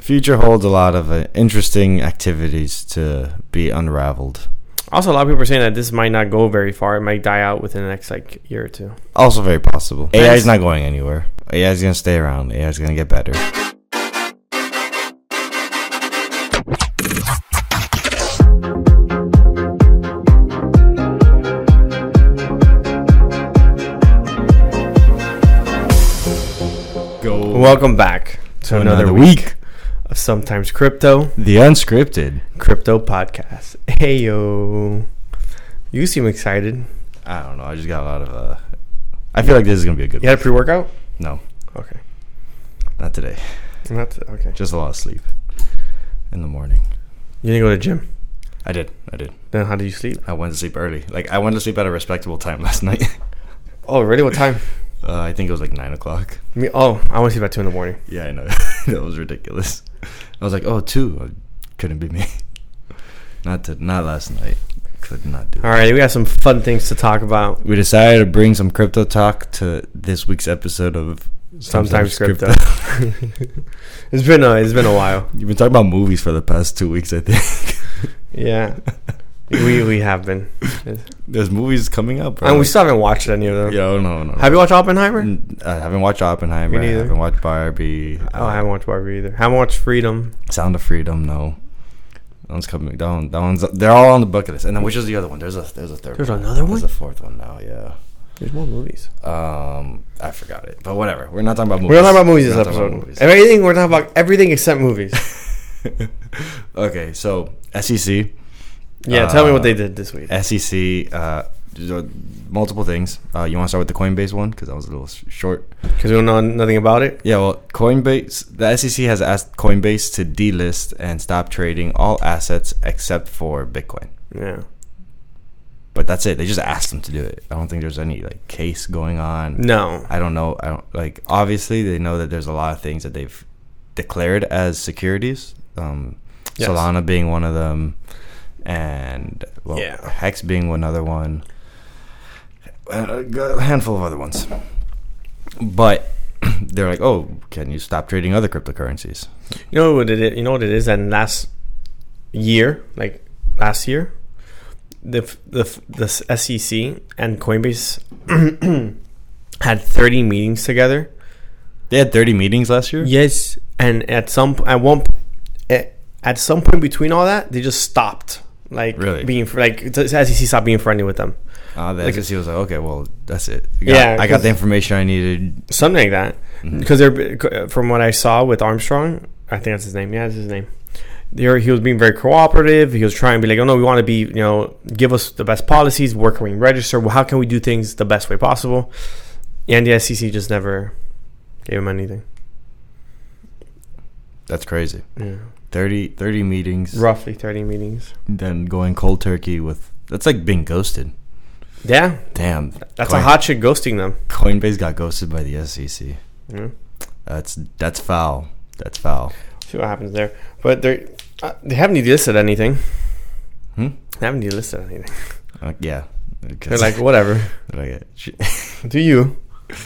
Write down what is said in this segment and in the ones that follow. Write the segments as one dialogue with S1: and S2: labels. S1: future holds a lot of uh, interesting activities to be unraveled.
S2: Also, a lot of people are saying that this might not go very far. It might die out within the next like year or two.
S1: Also, very possible. AI
S2: Thanks.
S1: is not going anywhere. AI is going to stay around. AI is going to get better.
S2: Go. Welcome back to another, week, of Sometimes Crypto
S1: The unscripted.
S2: Crypto Podcast. Hey yo, you seem excited.
S1: I don't know. I just got a lot of. Uh, I feel like this is going to be a good
S2: You had a pre-workout?
S1: one. No,
S2: Okay,
S1: not today.
S2: that's okay.
S1: Just a lot of sleep in the morning.
S2: You didn't go to the gym.
S1: I did. I did.
S2: Then how did you sleep?
S1: I went to sleep early. Like, I went to sleep at a respectable time last night.
S2: Oh, really? What time?
S1: Uh, I think it was like 9 o'clock.
S2: Me? Oh, I want to sleep at two in the morning.
S1: Yeah, I know. that was ridiculous. I was like, oh, two. Couldn't be me. Not to, not last night. Could not do it.
S2: All right, we got some fun things to talk about.
S1: We decided to bring some crypto talk to this week's episode of
S2: Sometimes crypto. it's been a it's been a while.
S1: You've been talking about movies for the past two weeks, I think.
S2: Yeah, we we have been,
S1: There's movies coming up.
S2: and we still haven't watched any of them.
S1: Yeah, oh, no, no. no.
S2: Have you watched Oppenheimer?
S1: N- uh, I haven't watched Oppenheimer.
S2: Me
S1: I
S2: neither.
S1: haven't watched Barbie.
S2: Oh, I haven't watched Barbie either. Haven't watched Freedom.
S1: Sound of Freedom. No, that one's coming. That one. That one's. They're all on the bucket list. And then which is the other one? There's a. There's a third.
S2: There's
S1: one.
S2: another
S1: There's
S2: one?
S1: a fourth one now. Yeah.
S2: There's more movies.
S1: Um, I forgot it. But whatever. We're not talking about movies.
S2: We're not talking about movies this
S1: We're not talking
S2: episode.
S1: about movies.
S2: If anything, we're talking about everything except movies.
S1: okay, so E SEC.
S2: Yeah, tell me what
S1: Uh,
S2: they did this week.
S1: SEC, uh, there's, uh, multiple things. Uh, you want to start with the Coinbase one because that was a little sh- short.
S2: Because we don't know nothing about it.
S1: Yeah, well, Coinbase, the SEC has asked Coinbase to delist and stop trading all assets except for Bitcoin.
S2: Yeah.
S1: But that's it. They just asked them to do it. I don't think there's any like case going on.
S2: No.
S1: I don't know. I don't like. Obviously, they know that there's a lot of things that they've declared as securities. Um,
S2: Yes.
S1: Solana being one of them, and well,
S2: Yeah.
S1: Hex being another one, and a g- a handful of other ones. But they're like, oh, can you stop trading other cryptocurrencies?
S2: You know what it is? You know what it is? And last year, like last year, the f- the f- the s- SEC and Coinbase had 30 meetings together.
S1: They had 30 meetings last year.
S2: Yes, and at some at one at, at some point between all that, they just stopped like
S1: Really?
S2: being fr- like the SEC stopped being friendly with them,
S1: Uh, the
S2: Like-
S1: SEC was like, okay, well, that's it. I got-
S2: Yeah,
S1: I got
S2: 'cause-
S1: the information I needed.
S2: something like that.
S1: Mhm.
S2: Because they're from what I saw with Armstrong, I think that's his name. Yeah, that's his name. There, he was being very cooperative. He was trying to be like, oh no, we want to be, you know, give us the best policies. Where can we register? How can we do things the best way possible? And the SEC just never gave him anything.
S1: That's crazy.
S2: Yeah.
S1: 30, 30 meetings.
S2: Roughly thirty meetings.
S1: than going cold turkey with that's like being ghosted.
S2: Yeah,
S1: Damn,
S2: that's
S1: Coin-
S2: a hot chick ghosting them.
S1: Coinbase got ghosted by the SEC.
S2: Yeah.
S1: That's that's foul. That's foul.
S2: See what happens there. But they uh, they haven't delisted anything.
S1: Hmm?
S2: They haven't delisted anything.
S1: Uh, yeah,
S2: They're
S1: 'Cause-
S2: like, whatever. Oh,
S1: like, sh-
S2: Do you?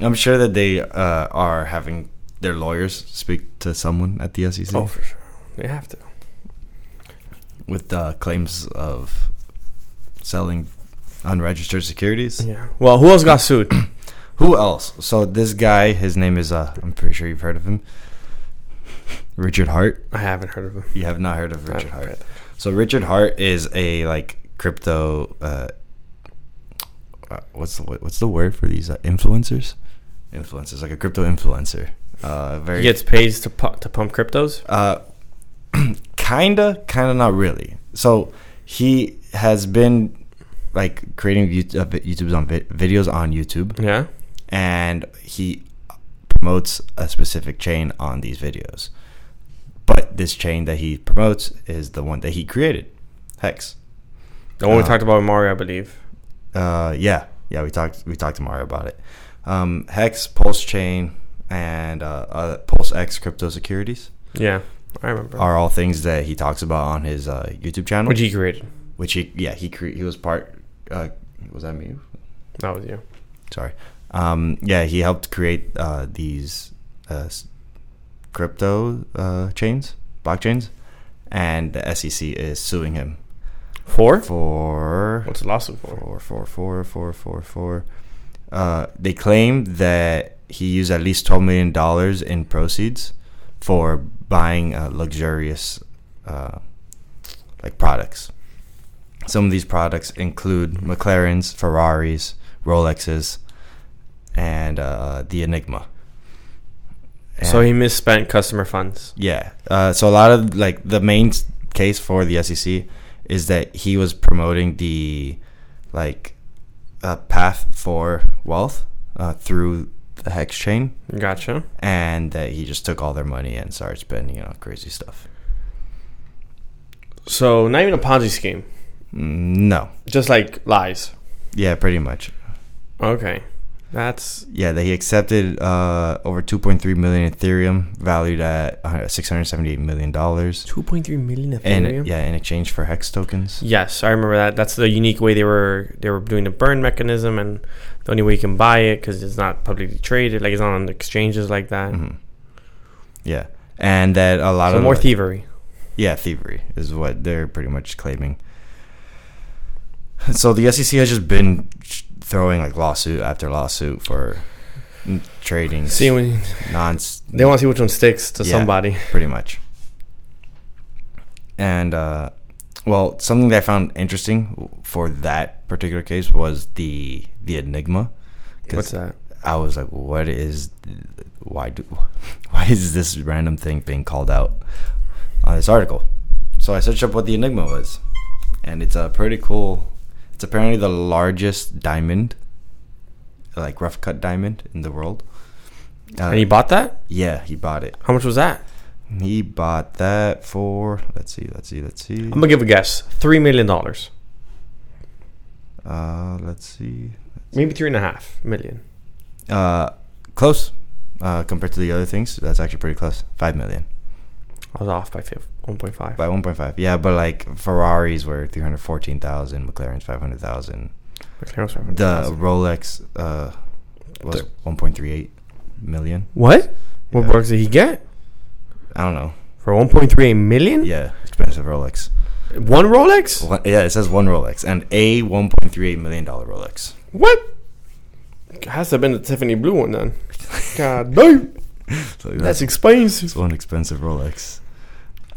S1: I'm sure that they uh, are having their lawyers speak to someone at the E SEC
S2: for sure. They have to.
S1: with uh, claims of selling unregistered securities.
S2: Yeah. Well, who else got sued?
S1: Who else? So this guy, his name is uh, I'm pretty sure you've heard of him, Richard Hart.
S2: I haven't heard of him.
S1: You have not heard of
S2: I
S1: Richard
S2: haven't
S1: Hart.
S2: read.
S1: So Richard Hart is a like crypto. Uh, uh, what's the what's the word for these uh, influencers? Influencers, like a crypto influencer. Uh,
S2: He
S1: very
S2: gets paid to pu- to pump cryptos.
S1: uh, kinda, kinda not really. So he has been like creating YouTube, uh, vi- YouTube's on vi- videos on YouTube,
S2: Yeah.
S1: and he promotes a specific chain on these videos. But this chain that he promotes is the one that he created, Hex.
S2: The one we
S1: Uh,
S2: talked about with Mario, I believe.
S1: Uh, yeah, yeah. We talked we talked to Mario about it. Um, Hex, Pulse Chain, and uh, uh, Pulse X crypto securities
S2: Yeah, I remember.
S1: are all things that he talks about on his uh, YouTube channel.
S2: Which he created.
S1: which he yeah he cre- he was part. Uh, was that me?
S2: That was you.
S1: Sorry. Um, yeah, he helped create uh, these uh, s- crypto uh, chains, blockchains, and the SEC is suing him
S2: Four?
S1: for
S2: What's the lawsuit for?
S1: four four four four four four. Uh, they claim that he used at least twelve million dollars in proceeds for buying uh, luxurious, uh, like products. Some of these products include McLarens, Ferraris, Rolexes, and uh, the Enigma.
S2: So
S1: And-
S2: he misspent customer funds.
S1: yeah. Uh, so a lot of like the main s- case for the SEC is that he was promoting the like uh, path for wealth uh, through the hex chain,
S2: Gotcha.
S1: and that he just took all their money and started spending it on crazy stuff.
S2: So not even a Ponzi scheme,
S1: Mm, No.
S2: just like lies.
S1: Yeah, pretty much.
S2: Okay, that's
S1: Yeah, that he accepted uh, over 2.3 million Ethereum, valued at uh, 678 million dollars,
S2: two point three million
S1: and yeah, in exchange for hex tokens.
S2: Yes, I remember that. That's the unique way they were they were doing the burn mechanism, and the only way you can buy it because it's not publicly traded, like it's not on exchanges like that.
S1: Mhm. Yeah, and that a lot
S2: So
S1: of
S2: more
S1: the-
S2: thievery.
S1: Yeah, thievery is what they're pretty much claiming. So the SEC has just been throwing like lawsuit after lawsuit for trading
S2: See, when
S1: non
S2: they want to see which one sticks to
S1: Yeah.
S2: somebody.
S1: pretty much. And uh, well, something that I found interesting for that particular case was the the enigma. 'Cause
S2: What's that?
S1: I was like, what is, why do, why is this random thing being called out on this article? So I searched up what the Enigma was, and it's a pretty cool. It's apparently the largest diamond, like rough cut diamond in the world. Uh,
S2: and he bought that?
S1: yeah, he bought it.
S2: How much was that?
S1: He bought that for let's see, let's see, let's see.
S2: I'm gonna give a guess. Three million dollars,
S1: Uh, let's see.
S2: maybe three and a half million.
S1: Uh, close. Uh, compared to the other things, that's actually pretty close. Five million.
S2: I was off by fif- 1.5.
S1: By 1.5, yeah, but like Ferraris were 314,000, McLaren's 500,000.
S2: McLaren's
S1: The
S2: 500,000.
S1: Rolex uh, was
S2: The-
S1: 1.38 million.
S2: what? What
S1: Yeah.
S2: bucks did he get
S1: I don't know.
S2: for 1.38 million?
S1: Yeah, expensive Rolex.
S2: One Rolex?
S1: One, yeah, it says one Rolex and a 1.38 million dollar Rolex.
S2: What? Has to have been the Tiffany blue one then. God damn,
S1: So
S2: that's
S1: that's,
S2: expensive.
S1: that's one expensive Rolex.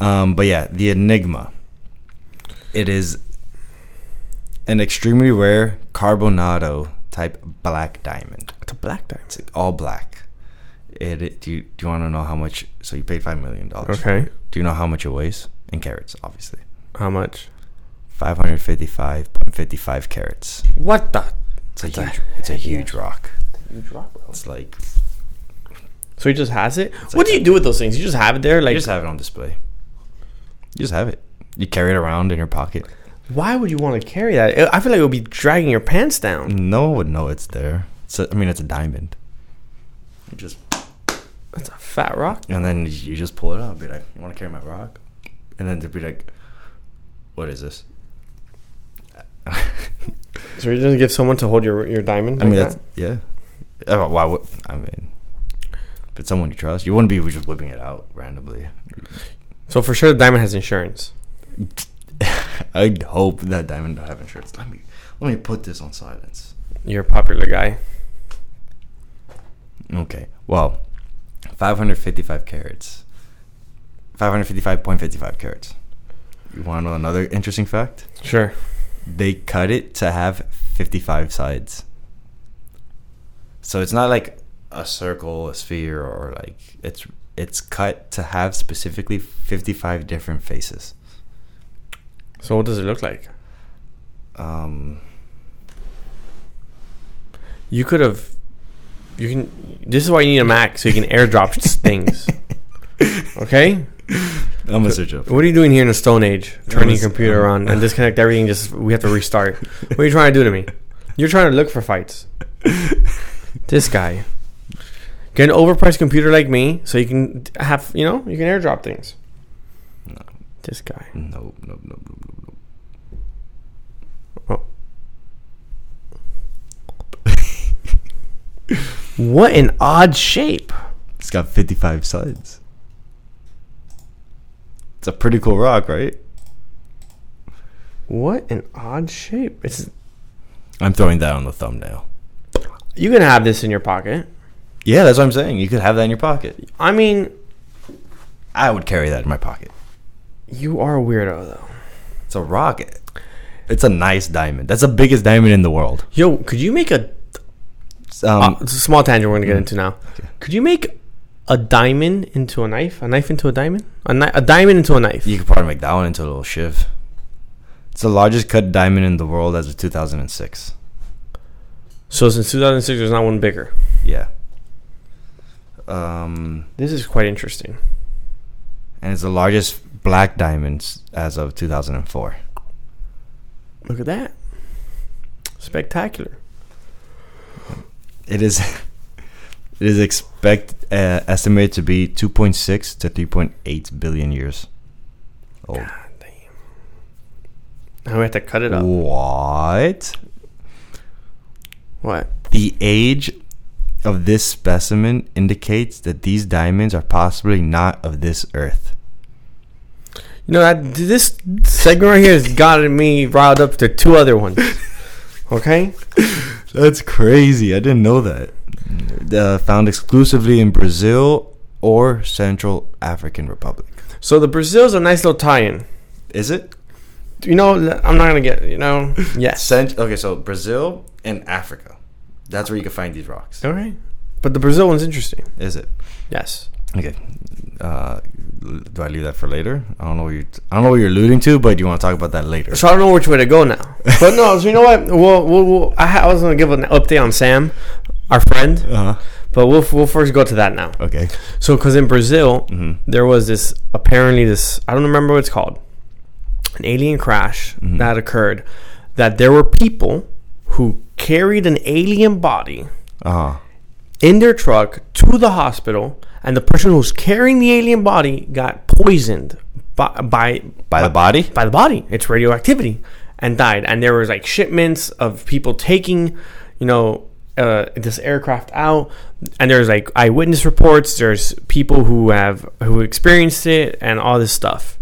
S1: Um, but yeah, the Enigma. It is an extremely rare carbonado type black diamond.
S2: It's a black diamond.
S1: It's all black. It, it- do you do you want to know how much? So you paid five million dollars.
S2: Okay.
S1: Do you know how much it weighs in carats? Obviously,
S2: How much?
S1: five hundred fifty-five point fifty-five carats.
S2: What the?
S1: It's a
S2: That's a
S1: huge. It's a huge rock.
S2: You drop, bro.
S1: It's like
S2: So he just has it.
S1: It's like
S2: what do you do with those things? You just have it there,
S1: you
S2: like.
S1: just have it on display. You just have it. You carry it around in your pocket.
S2: why would you want to carry that? I- I feel like it would be dragging your pants down.
S1: No one would know it's there. It's a, I mean, it's a diamond. You just
S2: That's a fat rock.
S1: and then you just pull it out. And be like, you want to carry my rock? And then they'd be like, what is this?
S2: So you're gonna give someone to hold your your diamond?
S1: I mean,
S2: like
S1: that's,
S2: that?
S1: yeah. Uh, why would I mean? If it's someone you trust, you wouldn't be just whipping it out randomly.
S2: So for sure, the diamond has insurance.
S1: I'd hope that diamond don't have insurance. Let me let me put this on silence.
S2: You're a popular guy.
S1: Okay. Well, 555 carats. 555.55 carats. You want to know another interesting fact?
S2: Sure.
S1: They cut it to have 55 sides. So it's not like a circle, a sphere, or like it's it's cut to have specifically 55 different faces.
S2: So what does it look like?
S1: Um,
S2: You could have. You can. This is why you need a Mac so you can airdrop things. Okay.
S1: I'm gonna search up.
S2: What are you doing here in the Stone Age? Turning
S1: was-
S2: your computer on and disconnect everything. Just we have to restart. what are you trying to do to me? You're trying to look for fights. This guy. Get an overpriced computer like me, so you can have you know you can airdrop things.
S1: No.
S2: This guy.
S1: Nope, nope, nope, nope, nope, nope.
S2: What an odd shape.
S1: It's got 55 sides. It's a pretty cool rock, right?
S2: What an odd shape. It's
S1: I'm throwing that on the thumbnail.
S2: you can have this in your pocket.
S1: Yeah, that's what I'm saying. You could have that in your pocket.
S2: I mean,
S1: I would carry that in my pocket.
S2: you are a weirdo though.
S1: It's a rock. It's a nice diamond. That's the biggest diamond in the world.
S2: Yo, could you make a
S1: Um, mm,
S2: Uh, it's a small tangent we're gonna get into now. Could you make a diamond into a knife? A knife into a diamond? A, ni- a diamond into a knife?
S1: you could probably make that one into a little shiv. It's the largest cut diamond in the world as of 2006.
S2: So since 2006, there's not one bigger.
S1: Yeah. Um,
S2: This is quite interesting.
S1: and it's the largest black diamonds as of 2004.
S2: Look at that. Spectacular.
S1: It is. It is expect uh, estimated to be 2.6 to 3.8 billion years old.
S2: God damn. Now we have to cut it up.
S1: What?
S2: What?
S1: The age of this specimen indicates that these diamonds are possibly not of this earth.
S2: You know, that, this segment right here has gotten me riled up to two other ones. Okay?
S1: That's crazy. I didn't know that. Uh, found exclusively in Brazil or Central African Republic.
S2: So the Brazil's a nice little tie in.
S1: Is it?
S2: You know, I'm not going to get, you know, yes.
S1: Cent- okay, so Brazil and Africa. That's where you can find these rocks.
S2: All right. But the Brazil one's interesting.
S1: Is it?
S2: Yes.
S1: Okay. Uh, do I leave that for later? I don't know what you're. I don't know what you're alluding to, but you want to talk about that later.
S2: So I don't know which way to go now. But no, so you know what? Well, we'll, we'll I, ha- I was going to give an update on Sam, our friend,
S1: Uh-huh.
S2: but we'll, we'll first go to that now.
S1: Okay.
S2: So, because in Brazil,
S1: Mhm.
S2: there was this apparently this I don't remember what it's called, an alien crash that occurred, that there were people who carried an alien body
S1: Uh huh.
S2: in their truck to the hospital, and the person who was carrying the alien body got poisoned by by
S1: By the body.
S2: by the body. It's radioactivity, and died. And there was like shipments of people taking, you know, uh, this aircraft out. And there's like eyewitness reports. There's people who have who experienced it, and all this stuff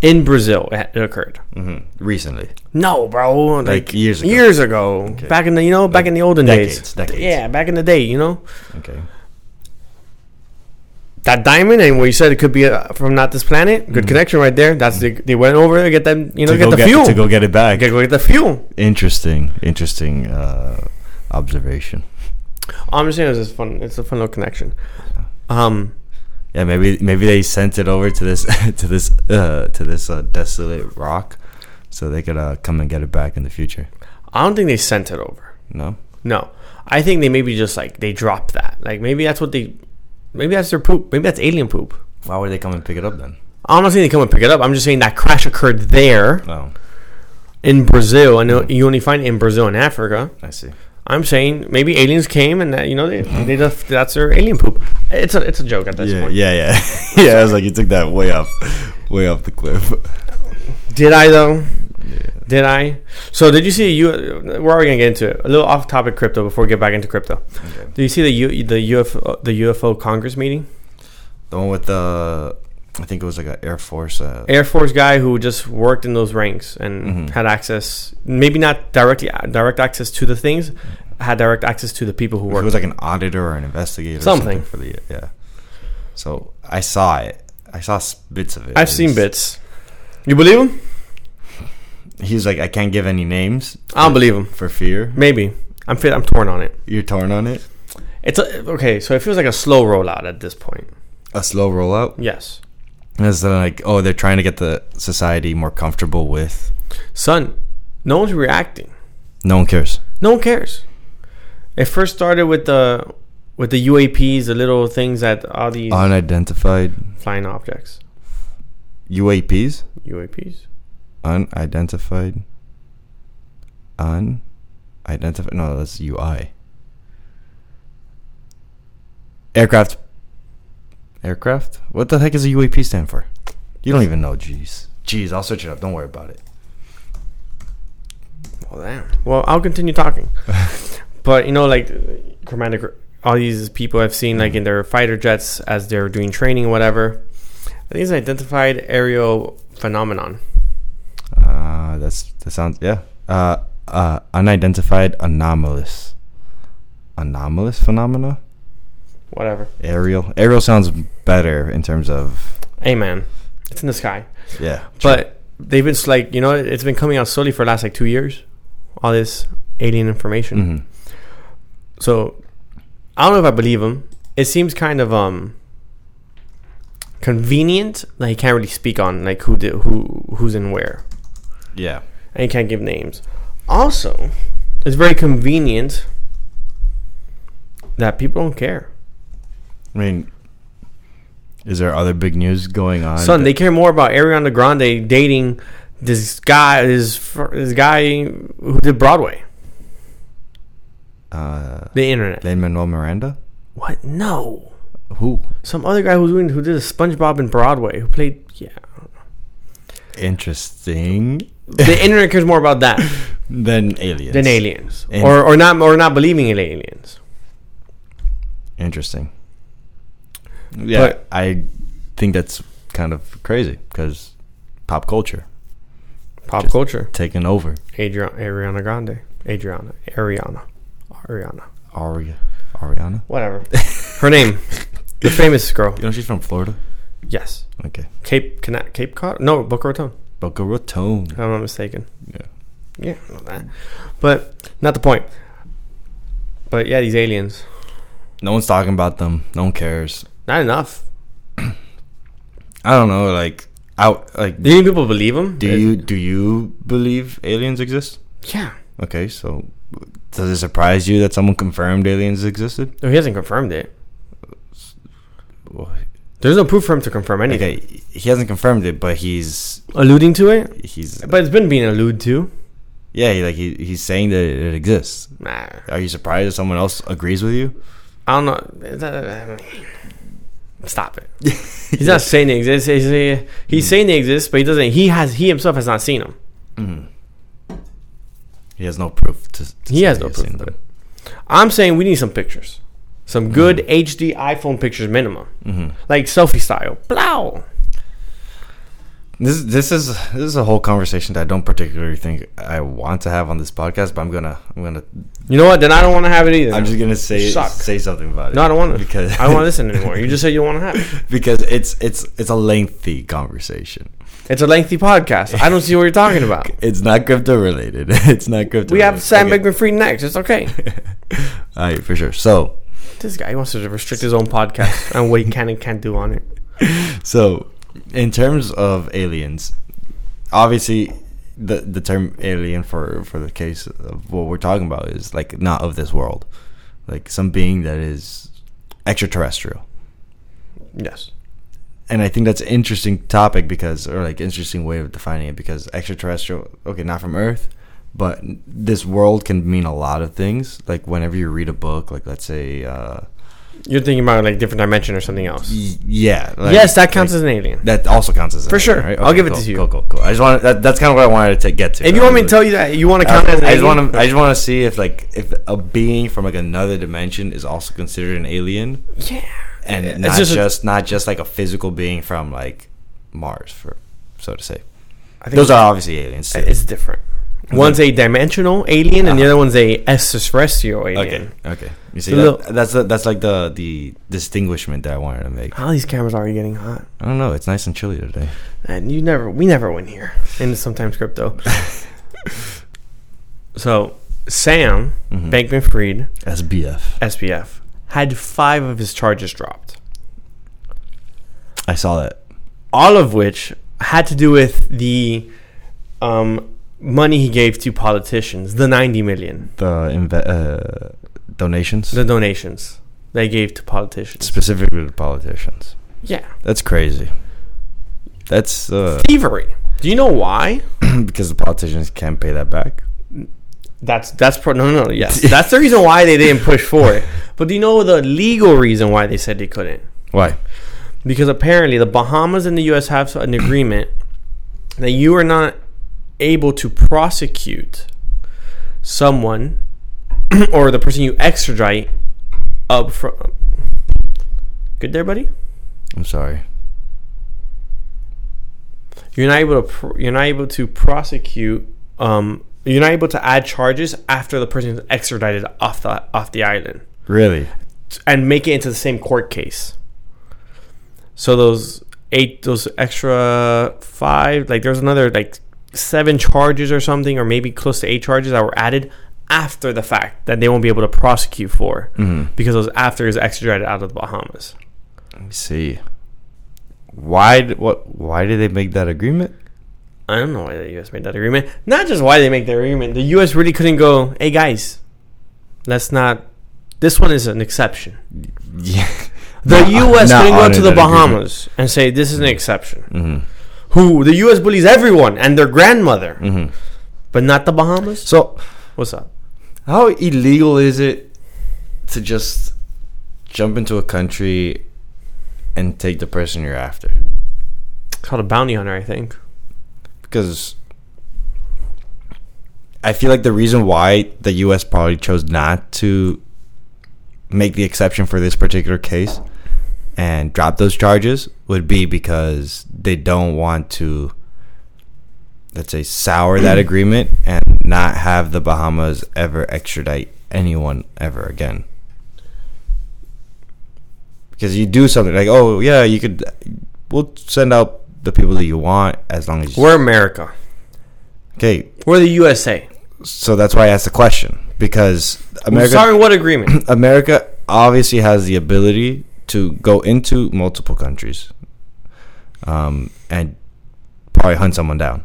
S2: in Brazil. It it occurred.
S1: Mm-hmm. Recently.
S2: No, bro, like,
S1: years ago.
S2: years ago, back in the you know back in the olden
S1: decades,
S2: days,
S1: decades.
S2: Yeah, back in the day, you know.
S1: Okay.
S2: that diamond and what you said it could be uh, from not this planet. Good connection right there. That's the, they went over there get them you know
S1: Mm-hmm. to
S2: get
S1: go
S2: the
S1: get,
S2: fuel.
S1: to go get it back.
S2: Gotta go get the fuel.
S1: Interesting. Interesting uh, observation.
S2: I'm just saying it's just fun. It's a fun little connection. Um,
S1: Yeah, maybe maybe they sent it over to this to this uh, to this uh, desolate rock, so they could uh, come and get it back in the future.
S2: I don't think they sent it over.
S1: No.
S2: No, I think they maybe just like they dropped that. Like maybe that's what they. Maybe that's their poop. Maybe that's alien poop.
S1: Why would they come and pick it up then?
S2: I'm not saying they come and pick it up. I'm just saying that crash occurred there
S1: Oh,
S2: in Brazil, and you only find it in Brazil and Africa.
S1: I see.
S2: I'm saying maybe aliens came and that, you know they, they just, that's their alien poop. It's a it's a joke at this
S1: Yeah,
S2: point.
S1: yeah, yeah, yeah. I was like, you took that way up, way off the cliff.
S2: Did I though?
S1: Yeah.
S2: Did I? So did you see you? We're already gonna get into it. A little off topic crypto before we get back into crypto.
S1: Okay.
S2: Do you see the U, the UFO the UFO Congress meeting?
S1: The one with the, I think it was like an Air Force. Uh,
S2: Air Force guy who just worked in those ranks and
S1: Mhm.
S2: had access, maybe not directly direct access to the things, had direct access to the people who
S1: it
S2: worked.
S1: was like an auditor or an investigator. or
S2: Something.
S1: for the yeah. So I saw it. I saw s- bits of it.
S2: I've seen bits. You believe him?
S1: He was like, I can't give any names
S2: I don't believe him.
S1: for fear.
S2: Maybe I'm fit. I'm torn on it.
S1: You're torn on it.
S2: It's a, okay. So it feels like a slow rollout at this point.
S1: A slow rollout.
S2: Yes,
S1: And it's like, oh, they're trying to get the society more comfortable with.
S2: son. No one's reacting.
S1: No one cares.
S2: No one cares. It first started with the with the UAPs, the little things that all these
S1: Oh, Unidentified
S2: flying objects.
S1: UAPs.
S2: UAPs.
S1: unidentified unidentified no that's ui aircraft aircraft what the heck does a uap stand for you don't even know jeez jeez i'll search it up don't worry about it
S2: Well, damn. Well, I'll continue talking. but you know, like Commander, Gr- all these people I've seen like in their fighter jets as they're doing training, whatever. I think it's an identified aerial phenomenon.
S1: Uh, that's that sounds yeah. Uh, uh, unidentified anomalous, anomalous phenomena.
S2: Whatever.
S1: Aerial. Aerial sounds better in terms of
S2: Hey, man. It's in the sky.
S1: yeah.
S2: But they've been s- like, you know, it's been coming out slowly for the last like two years. All this alien information.
S1: hmm
S2: So I don't know if I believe him. It seems kind of um convenient that he can't really speak on like who did who who's in where,
S1: Yeah.
S2: and he can't give names. Also, it's very convenient that people don't care.
S1: I mean, is there other big news going on?
S2: Son, they care more about Ariana Grande dating this guy this, fr- this guy who did Broadway.
S1: uh,
S2: The internet.
S1: Lin Manuel Miranda.
S2: What? No.
S1: Who?
S2: Some other guy who's doing who did a SpongeBob in Broadway who played yeah.
S1: Interesting.
S2: The internet cares more about that.
S1: Then aliens.
S2: than aliens,
S1: And-
S2: or or not or not believing in aliens.
S1: Interesting. Yeah,
S2: But-
S1: I think that's kind of crazy because pop culture
S2: Pop
S1: Just-
S2: culture.
S1: taking over.
S2: Adriana, Ariana Grande, Adriana, Ariana, Ariana,
S1: Aria, Ariana.
S2: whatever. Her name, the famous girl.
S1: You know she's from Florida.
S2: Yes,
S1: Okay,
S2: Cape Cana- Cape Cod. No, Boca Raton.
S1: Boca Raton.
S2: If I'm not mistaken.
S1: Yeah.
S2: Yeah, I know that. but not the point. But yeah, these aliens.
S1: No one's talking about them. No one cares.
S2: Not enough.
S1: I don't know. Like, out. Like,
S2: Do you think people believe them?
S1: do you do you believe aliens exist?
S2: Yeah.
S1: Okay, so does it surprise you that someone confirmed aliens existed?
S2: No, he hasn't confirmed it.
S1: Well,
S2: There's no proof for him to confirm anything.
S1: Okay, he hasn't confirmed it, but he's
S2: Alluding to it,
S1: he's
S2: but it's been being alluded to.
S1: yeah, he, like he, he's saying that it exists.
S2: Nah.
S1: Are you surprised if someone else agrees with you?
S2: I don't know. Is that- Stop it. He's not saying they exist. He's, saying-
S1: Hmm.
S2: he's saying they exist, but he doesn't. He has. He himself has not seen them.
S1: He has no proof to. to
S2: He
S1: say
S2: has no
S1: he's
S2: proof
S1: seen
S2: of it. I'm saying we need some pictures, some good
S1: Mm.
S2: HD iPhone pictures minimum,
S1: Mm-hmm.
S2: like selfie style. Blow.
S1: This this is this is a whole conversation that I don't particularly think I want to have on this podcast, but I'm gonna I'm gonna
S2: You know what? Then I don't want to have it either.
S1: I'm just gonna say
S2: Suck.
S1: say something about it.
S2: no, I don't want to.
S1: because
S2: I don't want to listen anymore. You just said you don't want to have. it.
S1: because it's it's it's a lengthy conversation.
S2: It's a lengthy podcast. I don't see what you're talking about.
S1: It's not crypto related. It's not crypto.
S2: We have Sam
S1: Okay.
S2: Bankman Free next. It's okay.
S1: All right, for sure. So
S2: This guy wants to restrict his own podcast and what he can and can't do on it.
S1: So, in terms of aliens, obviously, the the term alien for for the case of what we're talking about is like not of this world, like some being that is extraterrestrial.
S2: Yes.
S1: And I think that's an interesting topic because, or like interesting way of defining it because extraterrestrial, okay, not from Earth, but this world can mean a lot of things. Like whenever you read a book, like let's say, uh,
S2: You're thinking about like different dimension or something else.
S1: y- yeah, like-
S2: yes, that counts
S1: like-
S2: as an alien.
S1: That also counts as an
S2: For sure. I'll give it
S1: cool,
S2: to you.
S1: Cool, cool, cool. I just want that, that's kind of what I wanted to get to.
S2: If you want me to tell you that you want to count
S1: I,
S2: as an
S1: I just
S2: alien,
S1: want to. I just want to see if like if a being from like another dimension is also considered an alien,
S2: yeah,
S1: and
S2: It's
S1: not
S2: just
S1: just,
S2: a-
S1: not just like a physical being from like Mars, for so to say.
S2: I think
S1: Those are obviously aliens. too.
S2: it's different. One's a dimensional alien, and the other one's a extraterrestrial alien.
S1: okay. Okay. You see,
S2: So
S1: that-
S2: look-
S1: that's the, that's like the the distinguishment that I wanted to make.
S2: How these cameras are getting hot,
S1: I don't know. It's nice and chilly today.
S2: and you never, we never win here in sometimes crypto. so Sam
S1: Mhm.
S2: Bankman Fried,
S1: SBF.
S2: SBF, had five of his charges dropped,
S1: I saw that.
S2: all of which had to do with the um, money he gave to politicians, the ninety million.
S1: The inve- uh, donations.
S2: the donations they gave to politicians.
S1: specifically to politicians.
S2: Yeah,
S1: That's crazy. That's uh,
S2: thievery. Do you know why?
S1: because the politicians can't pay that back.
S2: That's that's pro- no no no yes that's the reason why they didn't push for it. But do you know the legal reason why they said they couldn't?
S1: Why?
S2: Because apparently the Bahamas and the U.S. have an agreement that you are not able to prosecute someone or the person you extradite up from. Good there, buddy.
S1: I'm sorry.
S2: you're not able to pr- you're not able to prosecute. Um, you're not able to add charges after the person is extradited off the off the island
S1: Really?
S2: and make it into the same court case. So those eight, those extra five, like there's another like seven charges or something, or maybe close to eight charges that were added after the fact that they won't be able to prosecute for
S1: Mm.
S2: because it was after he was extradited out of the Bahamas.
S1: Let me see. Why? d- What? Why did they make that agreement?
S2: I don't know why the U.S. made that agreement. Not just why they make that agreement. The U.S. really couldn't go, hey guys, let's not. This one is an exception.
S1: Yeah.
S2: The
S1: Not-
S2: U.S.
S1: not
S2: couldn't go
S1: honor
S2: to the
S1: that agreement.
S2: Bahamas and say this is an exception.
S1: Mm-hmm.
S2: who the U.S. bullies everyone and their grandmother,
S1: Mm-hmm.
S2: but not the Bahamas.
S1: So,
S2: What's up?
S1: how illegal is it to just jump into a country and take the person you're after?
S2: It's called a bounty hunter, I think.
S1: because I feel like the reason why the U.S. probably chose not to make the exception for this particular case and drop those charges would be because they don't want to, let's say, sour that agreement and not have the Bahamas ever extradite anyone ever again. Because you do something like, oh yeah, you could, we'll send out the people that you want as long as you
S2: We're America.
S1: Okay,
S2: We're the USA.
S1: so that's why I asked the question because America,
S2: Sorry, what agreement?
S1: America obviously has the ability to go into multiple countries, um, and probably hunt someone down.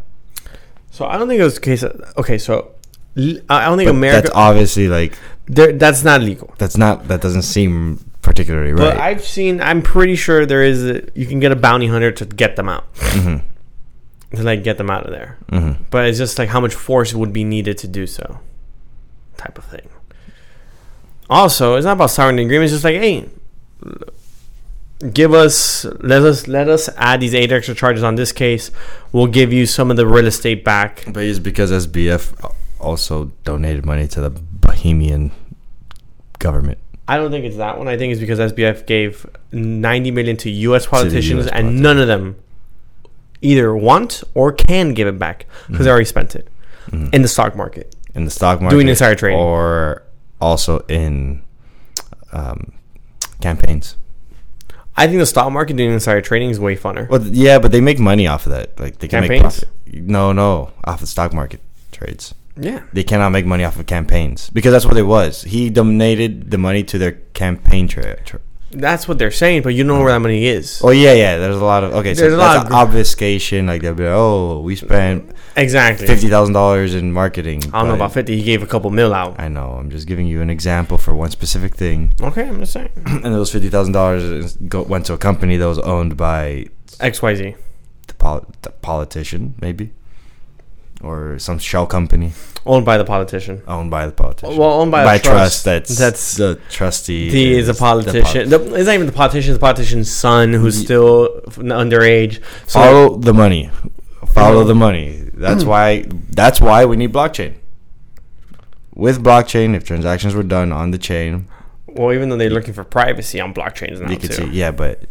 S2: so I don't think it was the case. Okay, so l- I I don't think
S1: But
S2: America.
S1: that's obviously like
S2: That's, that's not legal.
S1: that's not that doesn't seem particularly
S2: But
S1: right.
S2: I've seen. I'm pretty sure there is. A, you can get a bounty hunter to get them out.
S1: Mm-hmm.
S2: To like get them out of there.
S1: hmm
S2: But it's just like how much force would be needed to do so, type of thing. Also, it's not about signing the agreement. It's just like, hey, l- give us let us let us add these eight extra charges on this case. We'll give you some of the real estate back.
S1: But it's because SBF also donated money to the Bohemian government.
S2: I don't think it's that one. I think it's because SBF gave ninety million to U.S. politicians, and
S1: politicians.
S2: none of them either want or can give it back because
S1: Mm-hmm.
S2: they already spent it
S1: Mhm.
S2: in the stock market.
S1: in the stock market,
S2: Doing insider trading.
S1: or also in um, campaigns.
S2: I think the stock market doing insider trading is way funner.
S1: Well, th- yeah, but they make money off of that. Like they can
S2: Campaigns?
S1: make profit. No, no, off the stock market trades.
S2: Yeah.
S1: They cannot make money off of campaigns because that's what it was. He donated the money to their campaign trade. Tra-
S2: That's what they're saying, but you don't know where that money is.
S1: oh yeah, yeah. There's a lot of okay.
S2: There's
S1: so
S2: a
S1: that's
S2: lot of-
S1: a obfuscation. Like they'll be like, oh, we spent
S2: Exactly.
S1: fifty thousand dollars in marketing.
S2: I don't know
S1: but-
S2: about 50. He gave a couple mil out.
S1: I know. I'm just giving you an example for one specific thing.
S2: Okay, I'm just saying.
S1: and those fifty thousand dollars went to a company that was owned by
S2: XYZ.
S1: the, pol- the politician, maybe, or some shell company.
S2: Owned by the politician.
S1: owned by the politician.
S2: Well, owned by a trust.
S1: trust. That's
S2: That's-
S1: that's the trustee.
S2: He is a
S1: the pol-
S2: politician. The it's not even the politician, it's the politician's son who's
S1: Ye-
S2: still f- underage. So
S1: Follow the money. Follow the money.
S2: Mm.
S1: That's why. That's why we need blockchain. With blockchain, if transactions were done on the chain,
S2: well, even though they're looking for privacy on blockchains now,
S1: you could
S2: too.
S1: see. Yeah, but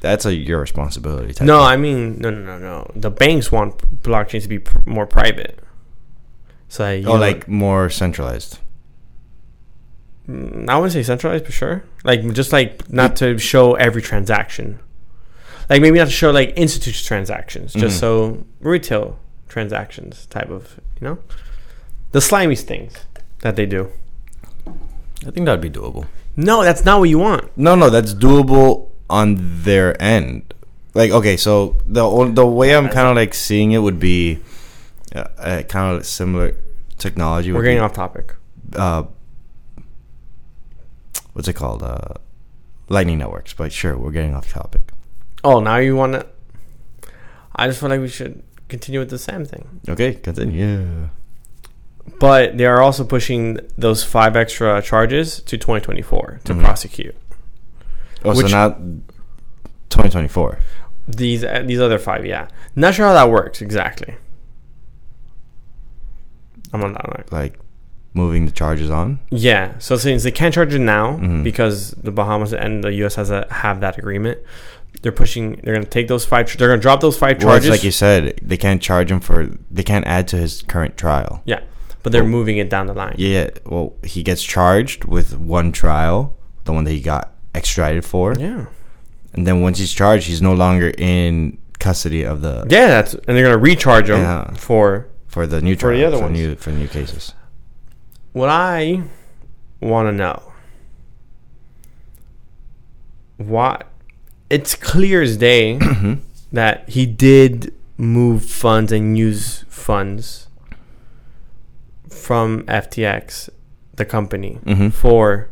S1: that's a your responsibility. Type
S2: No,
S1: thing.
S2: I mean, no, no, no, no. The banks want blockchains to be pr- more private. So that you
S1: oh, like more centralized.
S2: Mm, I wouldn't say centralized, but sure. Like just like not to show every transaction. Like maybe not to show like institutional transactions, just
S1: Mhm.
S2: so retail transactions type of you know, the slimiest things that they do.
S1: I think that'd be doable.
S2: No, that's not what you want.
S1: No, no, that's doable on their end. Like, okay, so the o- the way I'm kind of like seeing it would be uh, uh, kind of similar technology. would
S2: We're getting
S1: be,
S2: off topic.
S1: Uh, what's it called? Uh, Lightning networks. But sure, we're getting off topic.
S2: Oh, now you want to? I just feel like we should continue with the Sam thing.
S1: Okay, continue.
S2: But they are also pushing those five extra charges to 2024 to
S1: Mhm.
S2: prosecute.
S1: Oh,
S2: Which-
S1: so now 2024.
S2: These uh, these other five, yeah. Not sure how that works exactly. I'm on that line.
S1: Like moving the charges on.
S2: Yeah. So since they can't charge it now
S1: Mhm.
S2: because the Bahamas and the U.S. has a have that agreement, They're pushing. They're going to take those five. They're going to drop those five
S1: Well, it's
S2: charges.
S1: like you said, they can't charge him for. They can't add to his current trial.
S2: yeah, but they're moving it down the line.
S1: Oh. Yeah. Well, he gets charged with one trial, the one that he got extradited for,
S2: Yeah,
S1: and then once he's charged, he's no longer in custody of the
S2: yeah. That's and they're going to recharge them
S1: Yeah.
S2: for
S1: for the new
S2: For
S1: trial,
S2: the other ones.
S1: new for new cases.
S2: what I want to know. Why? It's clear as day that he did move funds and use funds from FTX, the company,
S1: Mhm.
S2: Mm-hmm. for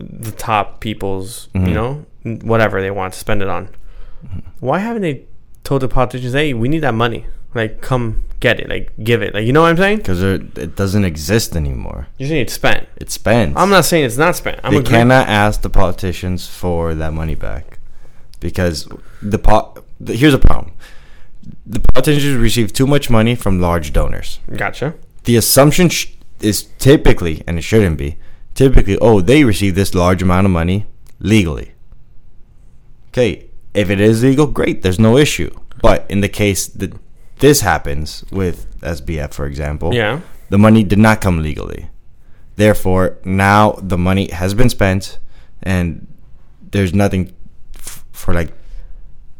S2: the top people's,
S1: Mhm.
S2: you know, n- whatever they want to spend it on. Why haven't they told the politicians, hey, we need that money? Like, come get it. Like, give it. Like, you know what I'm saying?
S1: because it doesn't exist anymore.
S2: You just need to spend.
S1: It's spent.
S2: I'm not saying it's not spent. I'm
S1: they
S2: agree-
S1: cannot ask the politicians for that money back because the pot. The, here's a problem: the politicians receive too much money from large donors.
S2: Gotcha.
S1: The assumption sh- is typically, and it shouldn't be, typically, oh, they receive this large amount of money legally. Okay, if it is legal, great. There's no issue. But in the case that this happens with SBF, for example,
S2: Yeah.
S1: the money did not come legally. Therefore, now the money has been spent, and there's nothing f- for like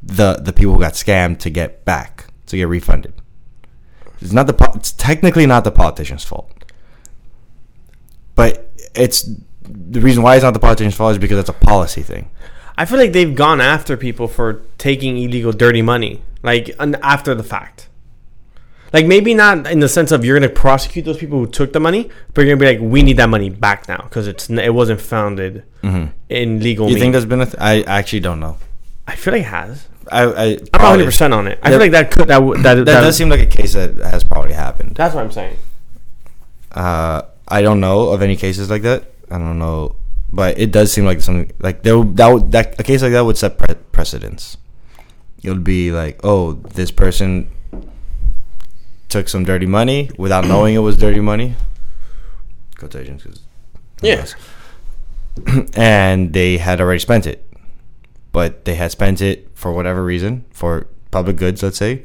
S1: the the people who got scammed to get back to get refunded. It's not the po- it's technically not the politician's fault, but it's the reason why it's not the politician's fault is because it's a policy thing.
S2: I feel like they've gone after people for taking illegal dirty money, like un- after the fact. Like maybe not in the sense of you're gonna prosecute those people who took the money, but you're gonna be like, we need that money back now because it's n- it wasn't founded in legal.
S1: Mm-hmm. You think
S2: means."
S1: there's been a? Th- I actually don't know.
S2: I feel like it has.
S1: I, I
S2: I'm not 100 percent on it. I
S1: That-
S2: feel like that could that w- that, that,
S1: That does seem like a case that has probably happened.
S2: That's what I'm saying.
S1: Uh, I don't know of any cases like that. I don't know, but it does seem like something like there that would, that a case like that would set pre- precedence. It would be like, oh, this person took some dirty money without knowing it was dirty money. Quotations, because
S2: Yeah.
S1: and they had already spent it, but they had spent it for whatever reason for public goods, let's say,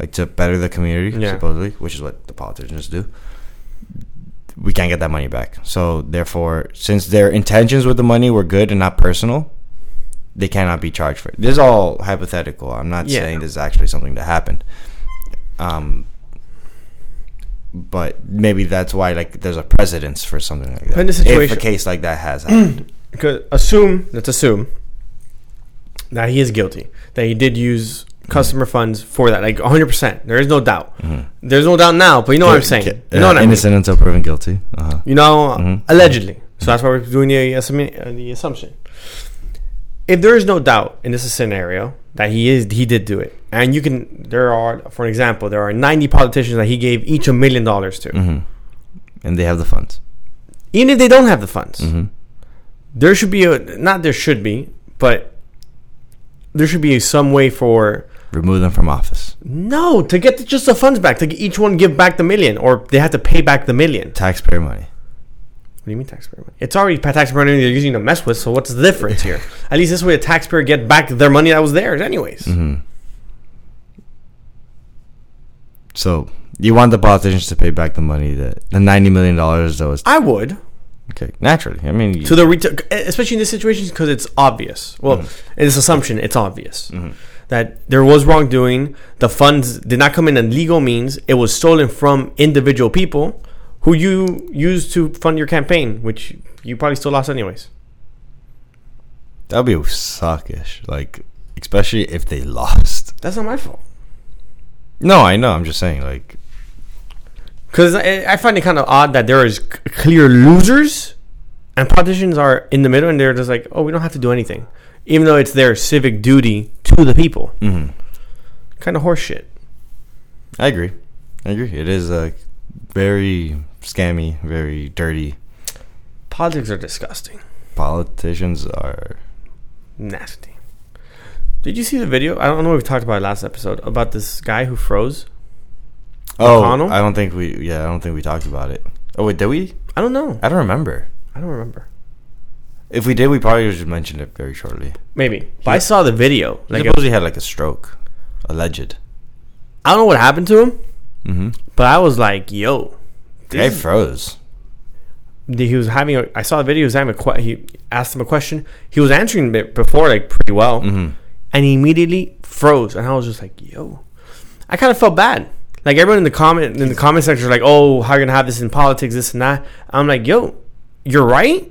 S1: like to better the community,
S2: Yeah.
S1: supposedly, which is what the politicians do. We can't get that money back. So therefore, since their intentions with the money were good and not personal, they cannot be charged for it. This is all hypothetical. I'm not
S2: Yeah.
S1: saying this is actually something that happened. Um, but maybe that's why like there's a precedence for something like that.
S2: But in this
S1: if
S2: situation-
S1: a case like that has happened,
S2: Because assume let's assume that he is guilty that he did use
S1: Mm-hmm.
S2: customer funds for that like 100% there is no doubt there's no doubt now but you know what i'm saying
S1: Okay,
S2: you know
S1: uh,
S2: what i mean
S1: innocent until proven guilty. Uh-huh.
S2: you know
S1: Mhm.
S2: allegedly so that's why we're doing the, assumi- uh, the assumption if there is no doubt in this scenario that he is he did do it and you can there are for example there are 90 politicians that he gave each a million dollars to
S1: hmm And they have the funds.
S2: even if they don't have the funds
S1: hmm
S2: there should be a not there should be but there should be some way for
S1: Remove them from office.
S2: no to get the, just the funds back to each one give back the million or they have to pay back the million what
S1: Taxpayer money.
S2: do you mean taxpayer money it's already pa- taxpayer money they're using to mess with so what's the difference here at least this way a taxpayer get back their money that was theirs anyways
S1: So you want the politicians to pay back the money that the ninety million dollars that was
S2: i would
S1: okay naturally. I mean,
S2: to the retail, especially in this situation, because it's obvious. Well, in this assumption, it's obvious that there was wrongdoing. The funds did not come in in legal means. It was stolen from individual people who you used to fund your campaign, which you probably still lost anyways.
S1: that'd be suckish. Like especially if they lost.
S2: That's not my fault.
S1: No, I know. I'm just saying like
S2: Because I, I find it kind of odd that there is c- clear losers, and politicians are in the middle, and they're just like, "Oh, we don't have to do anything," even though it's their civic duty to the people.
S1: mhm.
S2: Kind of horseshit.
S1: I agree. I agree. It is a very scammy, very dirty.
S2: Politics are disgusting.
S1: Politicians are
S2: nasty. Did you see the video? I don't know if we talked about it last episode about this guy who froze.
S1: Oh,
S2: McConnell?
S1: I don't think we. Yeah, I don't think we talked about it. Oh wait, did we?
S2: I don't know.
S1: I don't remember.
S2: I don't remember.
S1: If we did, we probably just mentioned it very shortly.
S2: Maybe. But I saw the video.
S1: Like
S2: Like,
S1: supposedly had like a stroke, alleged.
S2: I don't know what happened to him,
S1: Mm-hmm.
S2: but I was like, yo.
S1: Guy
S2: this-
S1: froze.
S2: he was having a, I saw the video. He was having a que- He asked him a question. He was answering it before, like, pretty well.
S1: Mm-hmm.
S2: and he immediately froze and i was just like yo i kind of felt bad like everyone in the comment in the comment section was like oh how you gonna have this in politics this and that i'm like yo you're right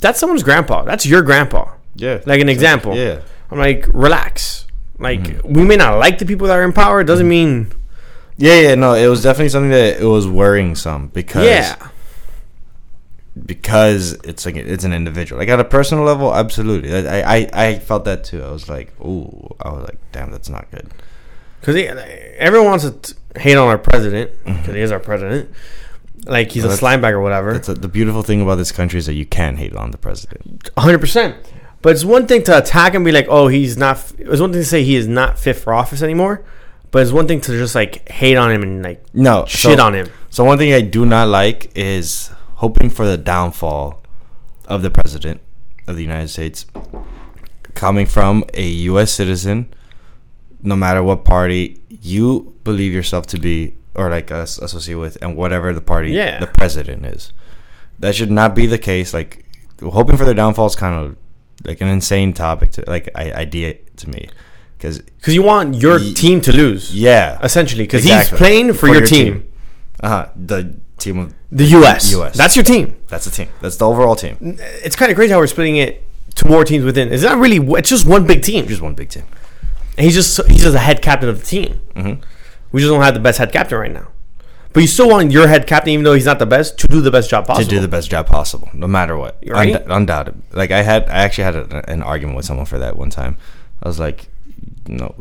S2: that's someone's grandpa that's your grandpa
S1: Yeah.
S2: like an example
S1: yeah. Mm-hmm.
S2: i'm like relax like we may not like the people that are in power it doesn't mean
S1: Yeah, yeah, no, it was definitely something that it was worrying some because
S2: yeah
S1: because it's like it's an individual. Like at a personal level, absolutely. I I, I felt that too. I was like, oh, I was like, damn, that's not good.
S2: because everyone wants to t- hate on our president because he is our president like
S1: Mm-hmm.
S2: he's
S1: Well,
S2: a
S1: that's-
S2: slime bag or whatever
S1: That's a, uh, the beautiful thing about this country is that you can hate on the president.
S2: hundred percent. But it's one thing to attack and be like, "Oh, he's not." f- It's one thing to say he is not fit for office anymore, but it's one thing to just like hate on him and like
S1: No,
S2: shit
S1: so-
S2: on him.
S1: So one thing I do not like is hoping for the downfall of the president of the United States coming from a US citizen no matter what party you believe yourself to be or like us associate with and whatever the party
S2: Yeah.
S1: the president is. That should not be the case like hoping for the downfall is kind of like an insane topic to like i- idea to me cuz
S2: Because you want your
S1: Ye-
S2: team to lose,
S1: yeah
S2: essentially. Because
S1: Exactly.
S2: he's playing for, your, team,
S1: uh the team of
S2: the U.S.
S1: US.
S2: That's your team.
S1: that's the team that's the overall team
S2: It's kind of crazy how we're splitting it to more teams within. It's not really. It's just one big team.
S1: just one big team
S2: And he's just he's just a head captain of the team.
S1: Mm-hmm.
S2: We just don't have the best head captain right now. But you still want your head captain, even though he's not the best, to do the best job possible.
S1: to do the best job possible, no matter what.
S2: Right?
S1: Unda- undoubted. Like I had, I actually had a, an argument with someone for that one time. I was like, no,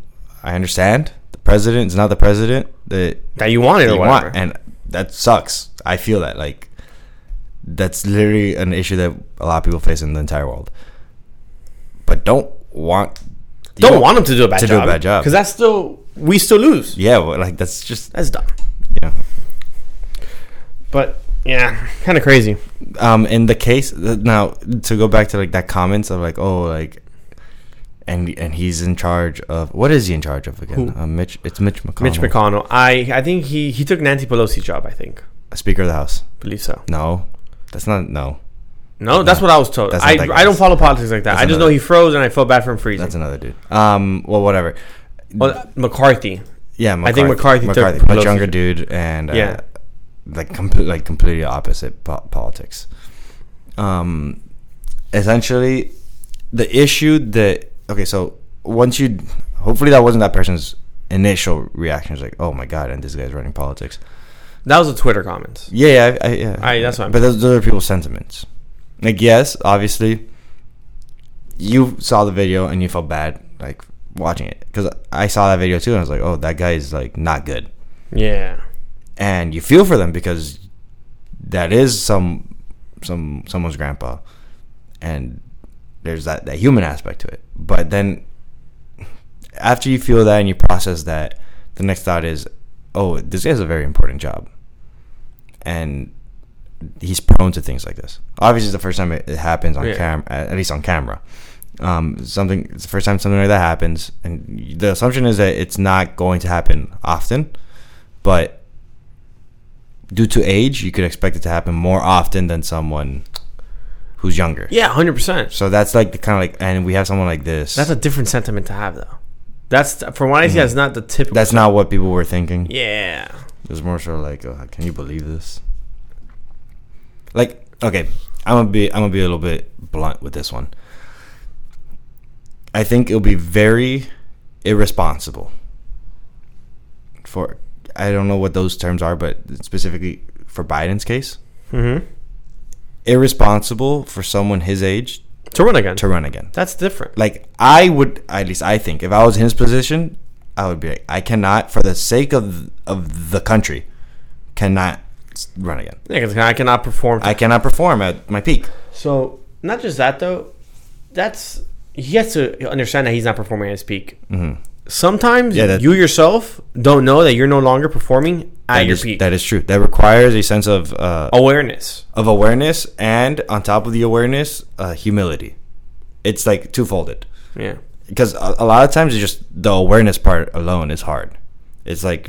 S1: I understand the president is not the president that
S2: that you wanted or
S1: you
S2: whatever.
S1: want, and that sucks. I feel that like that's literally an issue that a lot of people face in the entire world. But don't want you
S2: don't want him to do a bad
S1: to do
S2: job.
S1: a bad job.
S2: because that's still we still lose.
S1: Yeah, well, like that's just
S2: That's dumb.
S1: yeah.
S2: But yeah, kind of crazy.
S1: um in the case now to go back to like that comments of like oh like and and he's in charge of what is he in charge of again
S2: Who?
S1: uh, Mitch it's Mitch McConnell
S2: Mitch McConnell. I I think he he took Nancy Pelosi's job. I think
S1: Speaker of the House
S2: believe so.
S1: no that's not no
S2: No, that's what I was told.
S1: That's
S2: I,
S1: not that guy.
S2: I don't follow politics like that.
S1: That's
S2: I just know
S1: another-
S2: he froze and I felt bad for him freezing.
S1: that's another dude um well whatever
S2: well, McCarthy.
S1: yeah
S2: I think McCarthy took
S1: much
S2: Pelosi.
S1: younger dude and uh,
S2: Yeah.
S1: like comp- like completely opposite po- politics um essentially the issue that okay so once you hopefully that wasn't that person's initial reaction is like oh my god and this guy's running politics
S2: That was a Twitter comment.
S1: yeah yeah I, I, yeah
S2: I- that's what I'm-
S1: but those, those are people's sentiments like yes obviously you saw the video and you felt bad like watching it because i saw that video too and i was like oh that guy is like not good
S2: Yeah,
S1: and you feel for them because that is some some someone's grandpa and there's that, that human aspect to it but then after you feel that and you process that the next thought is oh this guy has a very important job and he's prone to things like this obviously it's the first time it, it happens on
S2: Yeah.
S1: camera at at least on camera um, something it's the first time something like that happens and the assumption is that it's not going to happen often but due to age, you could expect it to happen more often than someone who's younger.
S2: yeah, hundred percent.
S1: So that's like the kind of like, and we have someone like this.
S2: That's a different sentiment to have though. That's from what I see. That's not the typical.
S1: Mm-hmm. that's not what people were thinking.
S2: yeah.
S1: It was more so like, uh, can you believe this? Like, okay, I'm gonna be I'm gonna be a little bit blunt with this one. I think it'll be very irresponsible for I don't know what those terms are, but specifically for Biden's case,
S2: Mm-hmm.
S1: irresponsible for someone his age
S2: To run again.
S1: to run again.
S2: That's different.
S1: Like I would, at least I think, if I was in his position, I would be like, I cannot, for the sake of of the country, cannot s- run again.
S2: Yeah, 'cause I cannot perform.
S1: I cannot perform at my peak.
S2: So not just that though, that's he has to understand that he's not performing at his peak.
S1: Mhm.
S2: Sometimes
S1: Yeah, that-
S2: you yourself don't know that you're no longer performing at
S1: That
S2: your
S1: is-
S2: peak.
S1: That is true. That requires a sense of uh,
S2: Awareness.
S1: of awareness, and on top of the awareness, uh, humility. It's like twofolded
S2: Yeah.
S1: because a, a lot of times it's just the awareness part alone is hard. It's like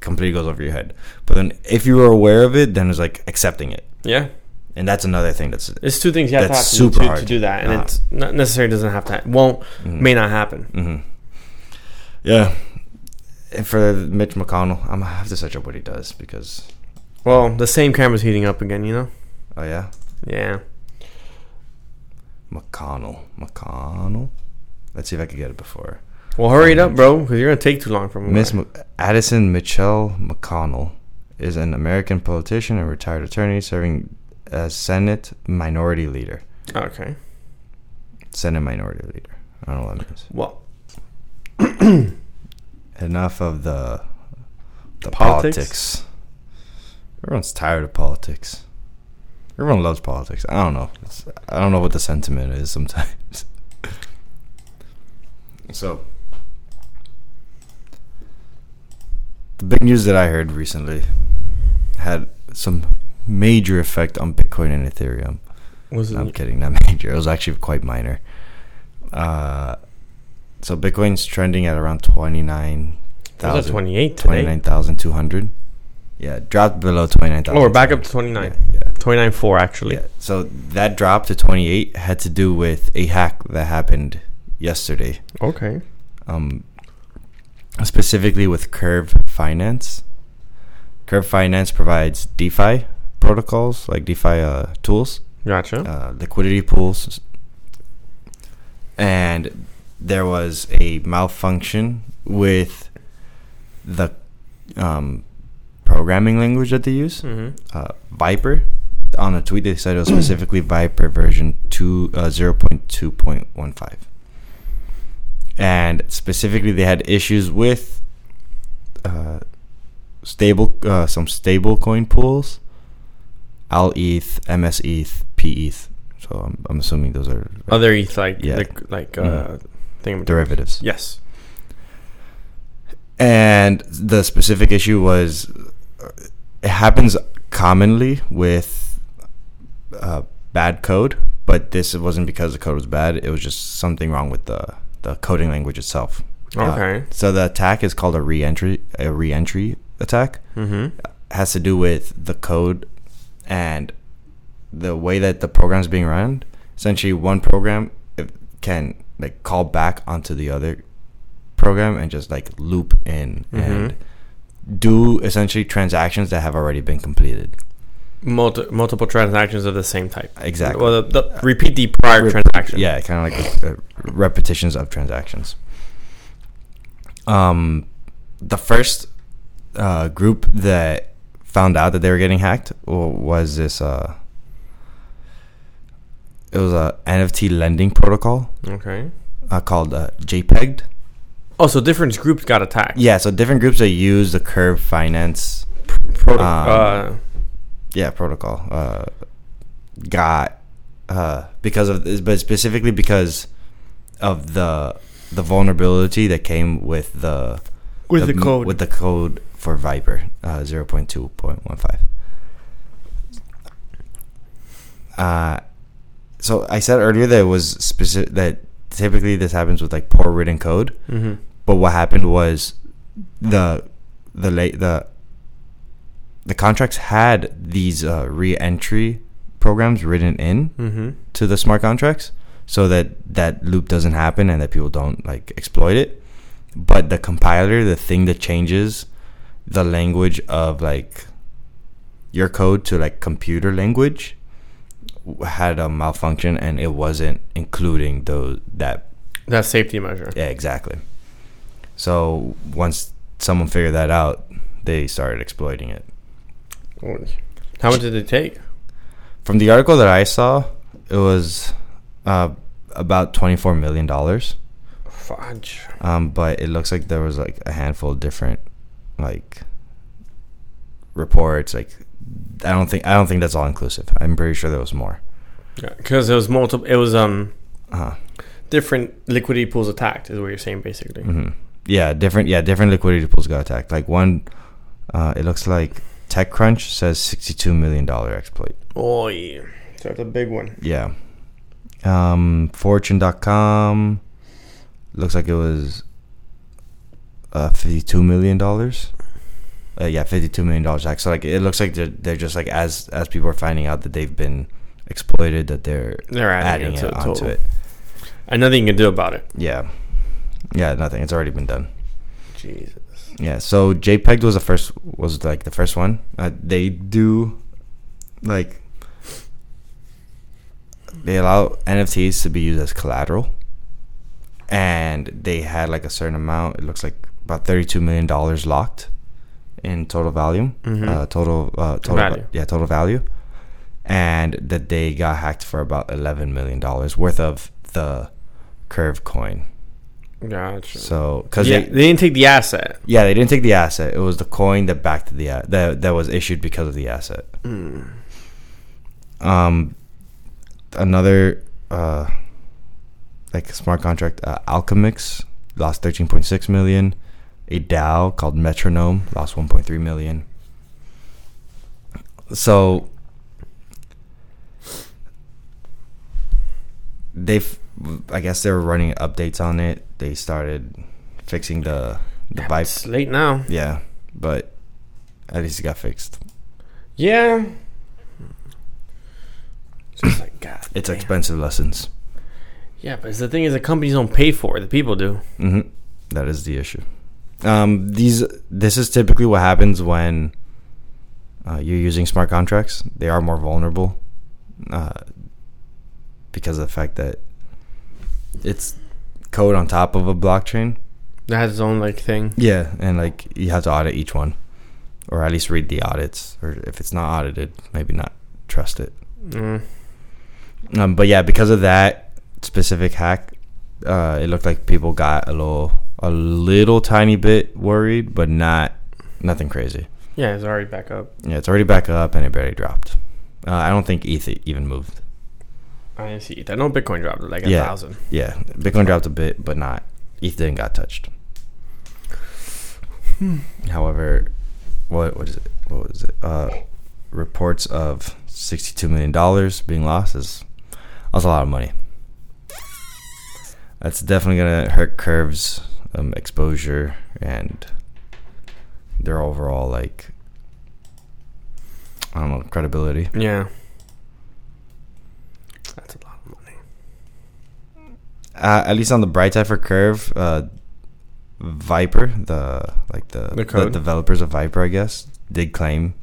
S1: completely goes over your head. But then if you were aware of it, then it's like accepting it,
S2: Yeah.
S1: and that's another thing that's
S2: It's two things you have
S1: That's
S2: to happen
S1: super
S2: to,
S1: hard.
S2: to do that, and
S1: Uh-huh.
S2: it's not necessarily doesn't have to. Won't may not happen.
S1: hmm yeah. And for Mitch McConnell, I'm gonna have to search up what he does because
S2: Well, the same camera's heating up again, you know.
S1: oh yeah,
S2: Yeah.
S1: McConnell, McConnell. Let's see if I could get it before.
S2: Well, hurry it up, bro, because you're gonna take too long from
S1: Miss M- Addison Michelle McConnell is an American politician and retired attorney serving as Senate Minority Leader.
S2: Okay.
S1: Senate Minority Leader. I don't know what that means.
S2: Well,
S1: Enough of the the
S2: Politics?
S1: politics. Everyone's tired of politics. Everyone loves politics. I don't know. It's, I don't know what the sentiment is sometimes. so, the big news that I heard recently had some major effect on Bitcoin and Ethereum.
S2: was
S1: No, I'm
S2: it?
S1: kidding. Not major. It was actually quite minor. Uh, so Bitcoin's trending at around twenty nine
S2: Was it
S1: thousand.
S2: 28
S1: Twenty
S2: today?
S1: nine thousand two hundred. Yeah, it dropped below twenty nine
S2: Oh,
S1: thousand.
S2: we're back up to 29.
S1: Yeah, yeah,
S2: 29.4, actually.
S1: yeah. So that drop to twenty eight had to do with a hack that happened yesterday.
S2: Okay.
S1: Um, specifically with Curve Finance. Curve Finance provides DeFi protocols like DeFi uh, tools
S2: Gotcha.
S1: uh, liquidity pools, and there was a malfunction with the um, programming language that they use,
S2: mm-hmm.
S1: uh, Viper. On a tweet, they said it was specifically Viper version two uh, zero point two point one five, and specifically they had issues with uh, stable uh, some stable coin pools, Al E ETH, MS ETH, P ETH. So I'm, I'm assuming those are
S2: Other ETH, like,
S1: Yeah.
S2: like, like uh,
S1: Mhm.
S2: thing.
S1: derivatives.
S2: Yes.
S1: And the specific issue was uh, it happens commonly with uh, bad code, but this wasn't because the code was bad. It was just something wrong with the, the coding language itself. Uh,
S2: Okay.
S1: so the attack is called a reentry a reentry attack.
S2: Mm-hmm.
S1: has to do with the code and the way that the program's being run. Essentially, one program if- can like call back onto the other program and just like loop in and do essentially transactions that have already been completed.
S2: Multi- multiple transactions of the same type.
S1: Exactly.
S2: Well, the, the, repeat the prior
S1: Rep-
S2: transaction.
S1: Yeah, kind of like the, the repetitions of transactions. Um, the first uh, group that found out that they were getting hacked wa- was this. Uh, it was a NFT lending protocol
S2: Okay.
S1: uh, called uh, JPEG'd.
S2: Oh, so different groups got attacked.
S1: Yeah, so different groups that use the Curve Finance,
S2: Proto-
S1: Um,
S2: uh,
S1: yeah, protocol uh, got uh, because of this, but specifically because of the the vulnerability that came with the
S2: with the, code.
S1: with the code for Viper uh, zero point two point one five. Uh, so I said earlier that it was specific that typically this happens with like poor written code,
S2: mm-hmm.
S1: but what happened was the the late the the contracts had these uh, re-entry programs written in
S2: Mm-hmm.
S1: to the smart contracts so that that loop doesn't happen and that people don't like exploit it but the compiler the thing that changes the language of like your code to like computer language w- had a malfunction and it wasn't including those that
S2: That safety measure.
S1: yeah, exactly. So once someone figured that out, they started exploiting it.
S2: How much did it take?
S1: From the article that I saw, it was uh, about twenty-four million dollars.
S2: Fudge.
S1: Um, but it looks like there was like a handful of different like reports. Like I don't think I don't think that's all inclusive. I'm pretty sure there was more.
S2: Because it was multiple. It was um
S1: Uh-huh.
S2: different liquidity pools
S1: Mm-hmm.
S2: attacked. Is what you're saying basically.
S1: hmm Yeah, different. Yeah, different liquidity pools got attacked. Like one, Uh, it looks like TechCrunch says $62 million exploit.
S2: Oh, yeah. So that's a big one.
S1: Yeah. Um, Fortune.com looks like it was uh, $52 million. Uh, yeah, $52 million. Actually, like, it looks like they're, they're just like, as, as people are finding out that they've been exploited, that they're
S2: They're
S1: adding
S2: adding, it to
S1: it
S2: the
S1: onto
S2: total.
S1: it.
S2: And nothing you can do about it.
S1: Yeah. Yeah, nothing. It's already been done.
S2: Jesus.
S1: Yeah, so JPEG was the first was like the first one. Uh, they do like they allow NFTs to be used as collateral, and they had like a certain amount. It looks like about thirty-two million dollars locked in total value,
S2: Mhm.
S1: uh, total uh, total
S2: Value.
S1: yeah total value, and that they got hacked for about eleven million dollars worth of the Curve coin.
S2: Gotcha.
S1: So because
S2: Because yeah, they, didn't take the asset.
S1: yeah, they didn't take the asset. It was the coin that backed the a- that that was issued because of the asset.
S2: Mm.
S1: Um, another uh, like smart contract, uh, Alchemix lost thirteen point six million. A DAO called Metronome lost one point three million. So they've, I guess they were running updates on it. They started fixing the the
S2: Damn,
S1: bike.
S2: It's late now.
S1: Yeah, but at least it got fixed.
S2: Yeah. It's just like God.
S1: It's
S2: damn.
S1: expensive lessons.
S2: Yeah, but the thing is, the companies don't pay for it. The people do.
S1: Mm-hmm. That is the issue. Um, these this is typically what happens when uh, you're using smart contracts. They are more vulnerable uh, because of the fact that it's code on top of a blockchain.
S2: That has its own like thing.
S1: Yeah, and like you have to audit each one, or at least read the audits. Or if it's not audited, maybe not trust it.
S2: Mm.
S1: Um, but yeah, because of that specific hack, uh, it looked like people got a little, a little tiny bit worried, but not nothing crazy.
S2: Yeah, it's already back up.
S1: Yeah, it's already back up and it barely dropped. Uh, I don't think ETH even moved.
S2: I didn't see that. No Bitcoin dropped it like a
S1: Yeah.
S2: thousand.
S1: Yeah, Bitcoin dropped a bit, but not ETH didn't got touched. However, what what is it? What was it? Uh, reports of sixty-two million dollars being lost is that's a lot of money. That's definitely gonna hurt Curve's um, exposure and their overall like I don't know credibility.
S2: Yeah. That's a lot of money.
S1: uh, at least on the bright side for Curve, uh, Viper, the like the,
S2: The code.
S1: developers of Viper, I guess, did claim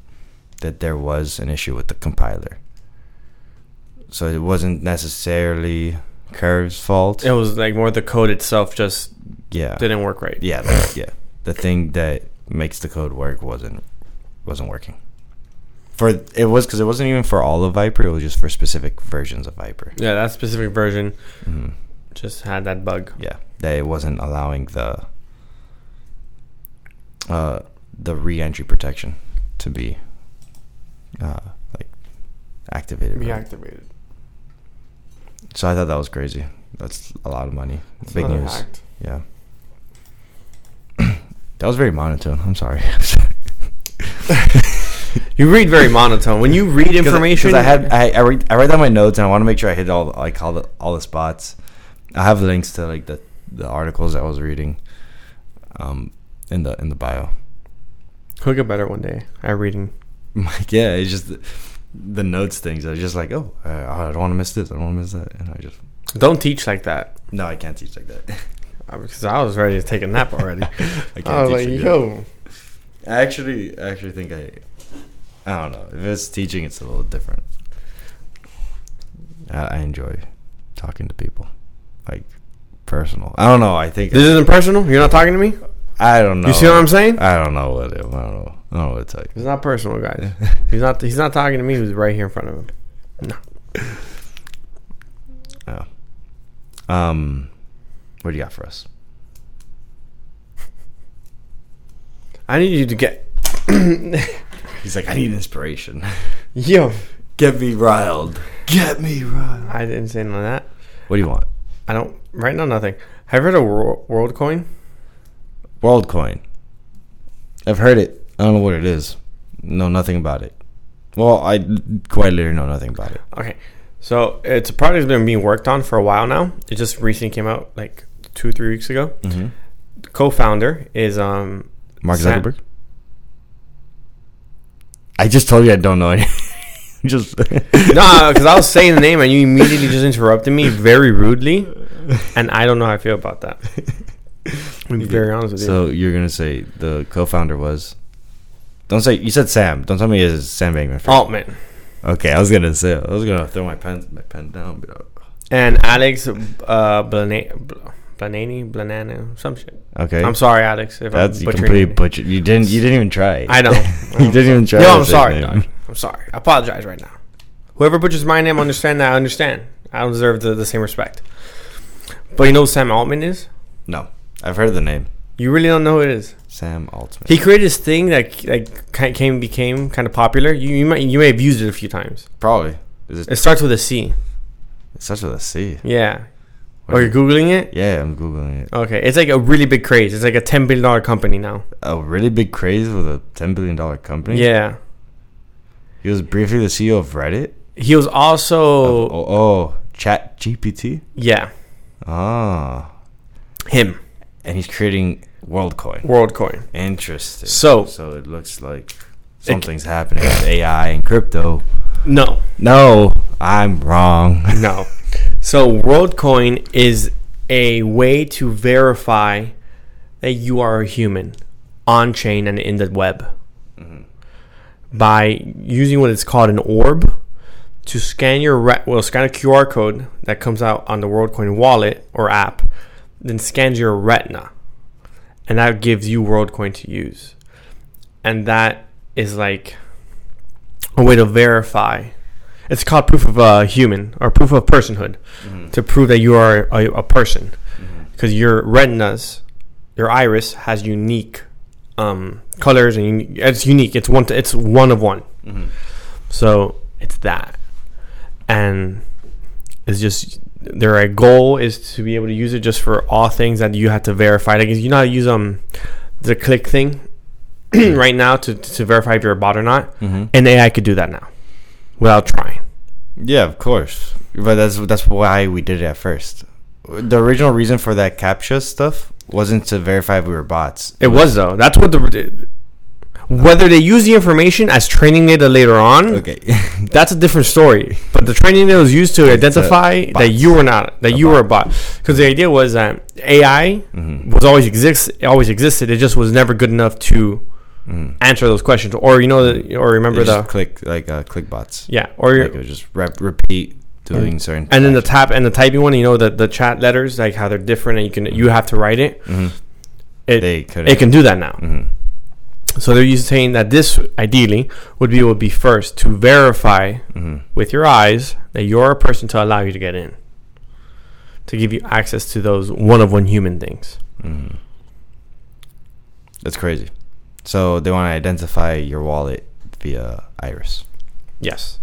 S1: that there was an issue with the compiler. So it wasn't necessarily Curve's fault.
S2: It was like more the code itself just
S1: yeah,
S2: didn't work right.
S1: yeah, the, yeah. The thing that makes the code work wasn't wasn't working. For it was because it wasn't even for all of Viper. It was just for specific versions of Viper.
S2: Yeah, that specific version
S1: Mhm.
S2: just had that bug.
S1: yeah that it wasn't allowing the uh the re-entry protection to be uh like activated right?
S2: Reactivated.
S1: so i thought that was crazy that's a lot of money big news yeah that was very monotone i'm sorry
S2: You read very monotone. When you read information,
S1: Because I had I I, read, I write down my notes and I want to make sure I hit all like all the all the spots. I have links to like the the articles I was reading, um, in the in the bio.
S2: He'll get better one day at reading.
S1: Like, yeah, it's just the, the notes things. I was just like, oh, uh, I don't want to miss this. I don't want to miss that. And I just,
S2: Don't teach like that.
S1: no, I can't teach like that.
S2: Uh, Because I was ready to take a nap already.
S1: I can't
S2: I was
S1: teach
S2: like,
S1: like
S2: yo.
S1: that. I actually, I actually think I, I don't know. If it's teaching, it's a little different. I, I enjoy talking to people, like personal. I don't know. I think
S2: This isn't personal? You're not talking to me?
S1: I don't know.
S2: You see what I'm saying?
S1: I don't know what it, I don't know. I don't know what to tell
S2: It's not personal, guys.
S1: you.
S2: He's not he's not talking to me, he's right here in front of him. No.
S1: Yeah. Oh. Um, what do you got for us?
S2: I need you to get
S1: He's like, I need inspiration.
S2: Yo.
S1: Get me riled. Get me riled.
S2: I didn't say none of that.
S1: What do you want?
S2: I don't right now nothing. Have you heard of Wor- WorldCoin?
S1: WorldCoin. I've heard it. I don't know what it is. Know nothing about it. Well, I quite literally know nothing about it.
S2: Okay, so it's a project that's been being worked on for a while now. It just recently came out like two, three weeks ago.
S1: Mm-hmm.
S2: The co-founder is um
S1: Mark
S2: Sam-
S1: Zuckerberg. I just told you I don't know. any- just
S2: no, because I was saying the name and you immediately just interrupted me very rudely, and I don't know how I feel about that. I'm very honest with you.
S1: So you're gonna say the co-founder was? Don't say you said Sam. Don't tell me it's Sam Bankman.
S2: Altman Oh.
S1: Okay, I was gonna say I was gonna throw my pen my pen down. But,
S2: and Alex uh, Blana- Bl- Blanani, Blanano, some shit.
S1: okay,
S2: I'm sorry, Alex, if
S1: that's
S2: I'm
S1: you
S2: butchering.
S1: completely
S2: your name.
S1: butchered. You didn't you didn't even try.
S2: I know.
S1: you didn't even try.
S2: No,
S1: to
S2: I'm
S1: say
S2: sorry,
S1: his
S2: dog.
S1: name.
S2: I'm sorry. I apologize right now. Whoever butchers my name, understand that. I understand. I don't deserve the, the same respect. But you know who Sam Altman is?
S1: No, I've heard the name
S2: You really don't know who it is.
S1: Sam Altman.
S2: He created this thing that like kind came became kind of popular. You you might you may have used it a few times.
S1: Probably is it,
S2: It starts with a C.
S1: it's such a C.
S2: Yeah.
S1: What
S2: Are
S1: is
S2: you googling it?
S1: Yeah, I'm googling it.
S2: Okay, it's like a really big craze. It's like a ten billion dollar company now.
S1: A really big craze with a ten billion dollar company.
S2: Yeah.
S1: he was briefly the CEO of Reddit.
S2: He was also
S1: oh, oh, Chat GPT.
S2: yeah
S1: Ah,
S2: him
S1: and he's creating WorldCoin.
S2: WorldCoin.
S1: Interesting.
S2: So-
S1: so it looks like something's happening with AI and crypto.
S2: No,
S1: No, I'm wrong.
S2: no. So WorldCoin is a way to verify that you are a human on chain and in the web by using what is called an orb to scan your re- well scan a QR code that comes out on the WorldCoin wallet or app, then scans your retina, and that gives you WorldCoin to use, and that is like a way to verify. It's called proof of uh, human or proof of personhood to prove that you are a, a person because your retinas, your iris has unique um, colors and uni- it's unique. It's one. To, it's one of one.
S1: Mm-hmm.
S2: So it's that, and it's just their goal is to be able to use it just for all things that you have to verify. Like you know how to use um the click thing right now to to verify if you're a bot or not,
S1: hmm
S2: and AI could do that now without trying.
S1: Yeah, of course. But that's that's why we did it at first. The original reason for that captcha stuff wasn't to verify if we were bots.
S2: It was though. That's what the whether they use the information as training data later on.
S1: Okay.
S2: That's a different story. But the training that was used to identify
S1: bots.
S2: that you were not that you were a bot, because the idea was that AI
S1: Mhm.
S2: was always exists always existed. It just was never good enough to
S1: Mhm.
S2: answer those questions, or you know, the, or remember
S1: Remember
S2: the
S1: the click like uh, click bots.
S2: yeah, or Mm-hmm.
S1: Like it was just rep- repeat doing certain.
S2: and then the tap and the typing one. You know, the the chat letters like how they're different, and you can you have to write it.
S1: Mhm.
S2: It
S1: they could.
S2: it can do that now.
S1: hmm
S2: So they're using saying that this ideally would be would be first to verify
S1: hmm
S2: with your eyes that you're a person to allow you to get in, to give you access to those one of one human things.
S1: hmm That's crazy. So they want to identify your wallet via iris.
S2: Yes.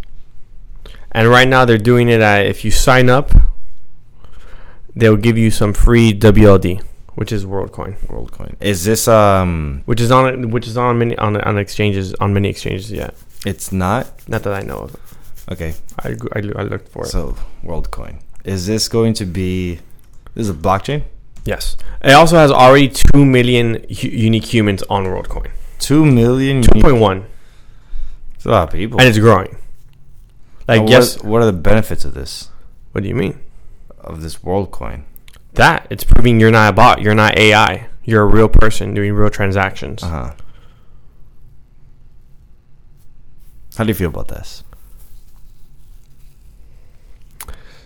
S2: And right now they're doing it. At, if you sign up, they'll give you some free WLD, which is WorldCoin,
S1: WorldCoin. Is this um?
S2: which is on which is on many on on exchanges on many exchanges yet.
S1: It's not
S2: Not that I know of.
S1: okay.
S2: I, go- I, lo- I looked for it.
S1: So WorldCoin. Is this going to be? This is a blockchain.
S2: yes. It also has already two million hu- unique humans on WorldCoin.
S1: Two million.
S2: Two
S1: unique-
S2: point one,
S1: It's a lot of people.
S2: and it's growing.
S1: Now,
S2: Like
S1: what-
S2: yes.
S1: What, are the benefits of this?
S2: What do you mean?
S1: Of this WorldCoin?
S2: that it's proving you're not a bot you're not ai you're a real person doing real transactions
S1: Uh huh. How do you feel about this?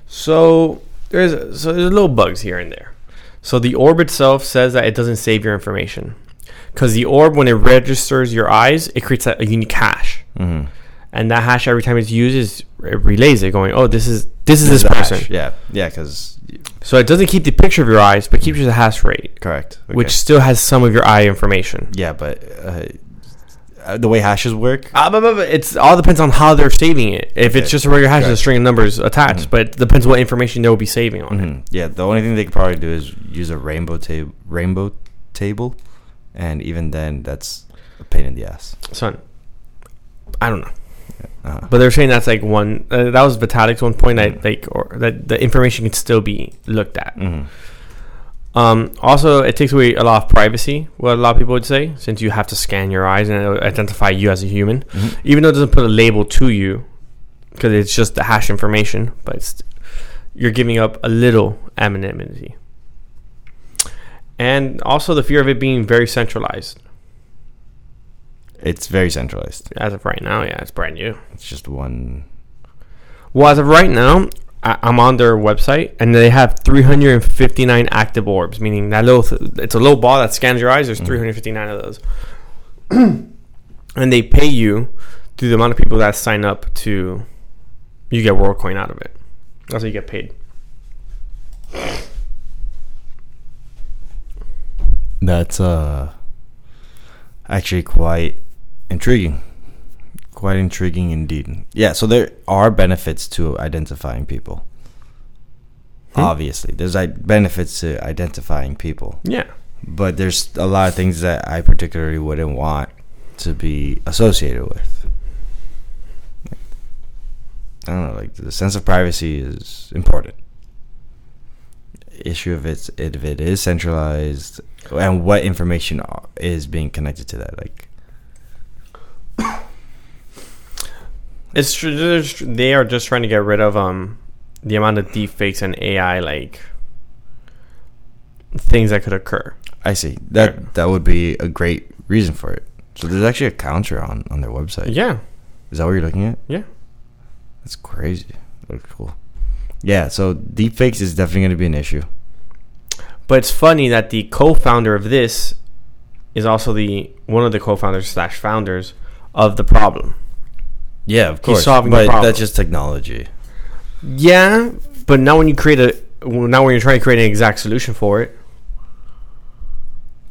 S2: so there's so there's little bugs here and there so the orb itself says that it doesn't save your information because the orb when it registers your eyes it creates a, a unique hash
S1: Mm-hmm.
S2: and that hash every time it's used is it relays it going oh this is this is this person
S1: Yeah. Yeah. Because
S2: so it doesn't keep the picture of your eyes but keeps you the hash rate
S1: correct.
S2: which
S1: Okay.
S2: still has some of your eye information
S1: Yeah, but uh, uh, the way hashes work.
S2: Uh, but, but, but it's all depends on how they're saving it. If
S1: Okay.
S2: it's just a regular hash, with a
S1: Correct.
S2: string of numbers attached, but it depends what information they'll be saving on it.
S1: Mhm. Yeah, the only thing they could probably do is use a rainbow table, rainbow table, and even then, that's a pain in the ass.
S2: son. I don't know,
S1: Uh,
S2: but they're saying that's like one. Uh, that was Vitalik's one point. I like or that the information can still be looked at.
S1: mhm.
S2: Um, also, it takes away a lot of privacy. What a lot of people would say, since you have to scan your eyes and it'll identify you as a human,
S1: Mhm.
S2: even though it doesn't put a label to you, because it's just the hash information. But it's, you're giving up a little anonymity, and also the fear of it being very centralized.
S1: It's very centralized.
S2: As of right now, yeah, it's brand new.
S1: It's just one.
S2: Well, as of right now, I- I'm on their website, and they have 359 active orbs, meaning that little th- it's a little ball that scans your eyes. There's 359 of those, and they pay you through the amount of people that sign up to. You get WorldCoin out of it. That's how you get paid.
S1: That's uh, actually quite intriguing. Quite intriguing indeed. Yeah. So there are benefits to identifying people.
S2: Hmm?
S1: Obviously, there's like benefits to identifying people.
S2: Yeah,
S1: but there's a lot of things that I particularly wouldn't want to be associated with. I don't know, like the sense of privacy is important. Issue of it's if it is centralized and what information is being connected to that, like
S2: it's tr- they're tr- they are just trying to get rid of um the amount of deepfakes and AI like things that could occur.
S1: I see that
S2: Yeah.
S1: that would be a great reason for it. So there's actually a counter on on their website.
S2: Yeah,
S1: Is that what you're looking at?
S2: Yeah.
S1: That's crazy. That looks cool. Yeah, so deepfakes is definitely going to be an issue.
S2: But it's funny that the co-founder of this is also the one of the co-founders slash founders of the problem.
S1: Yeah, of
S2: course, solving the
S1: but
S2: problem.
S1: that's just technology.
S2: Yeah, but now when you create a well, now when you're trying to create an exact solution for it,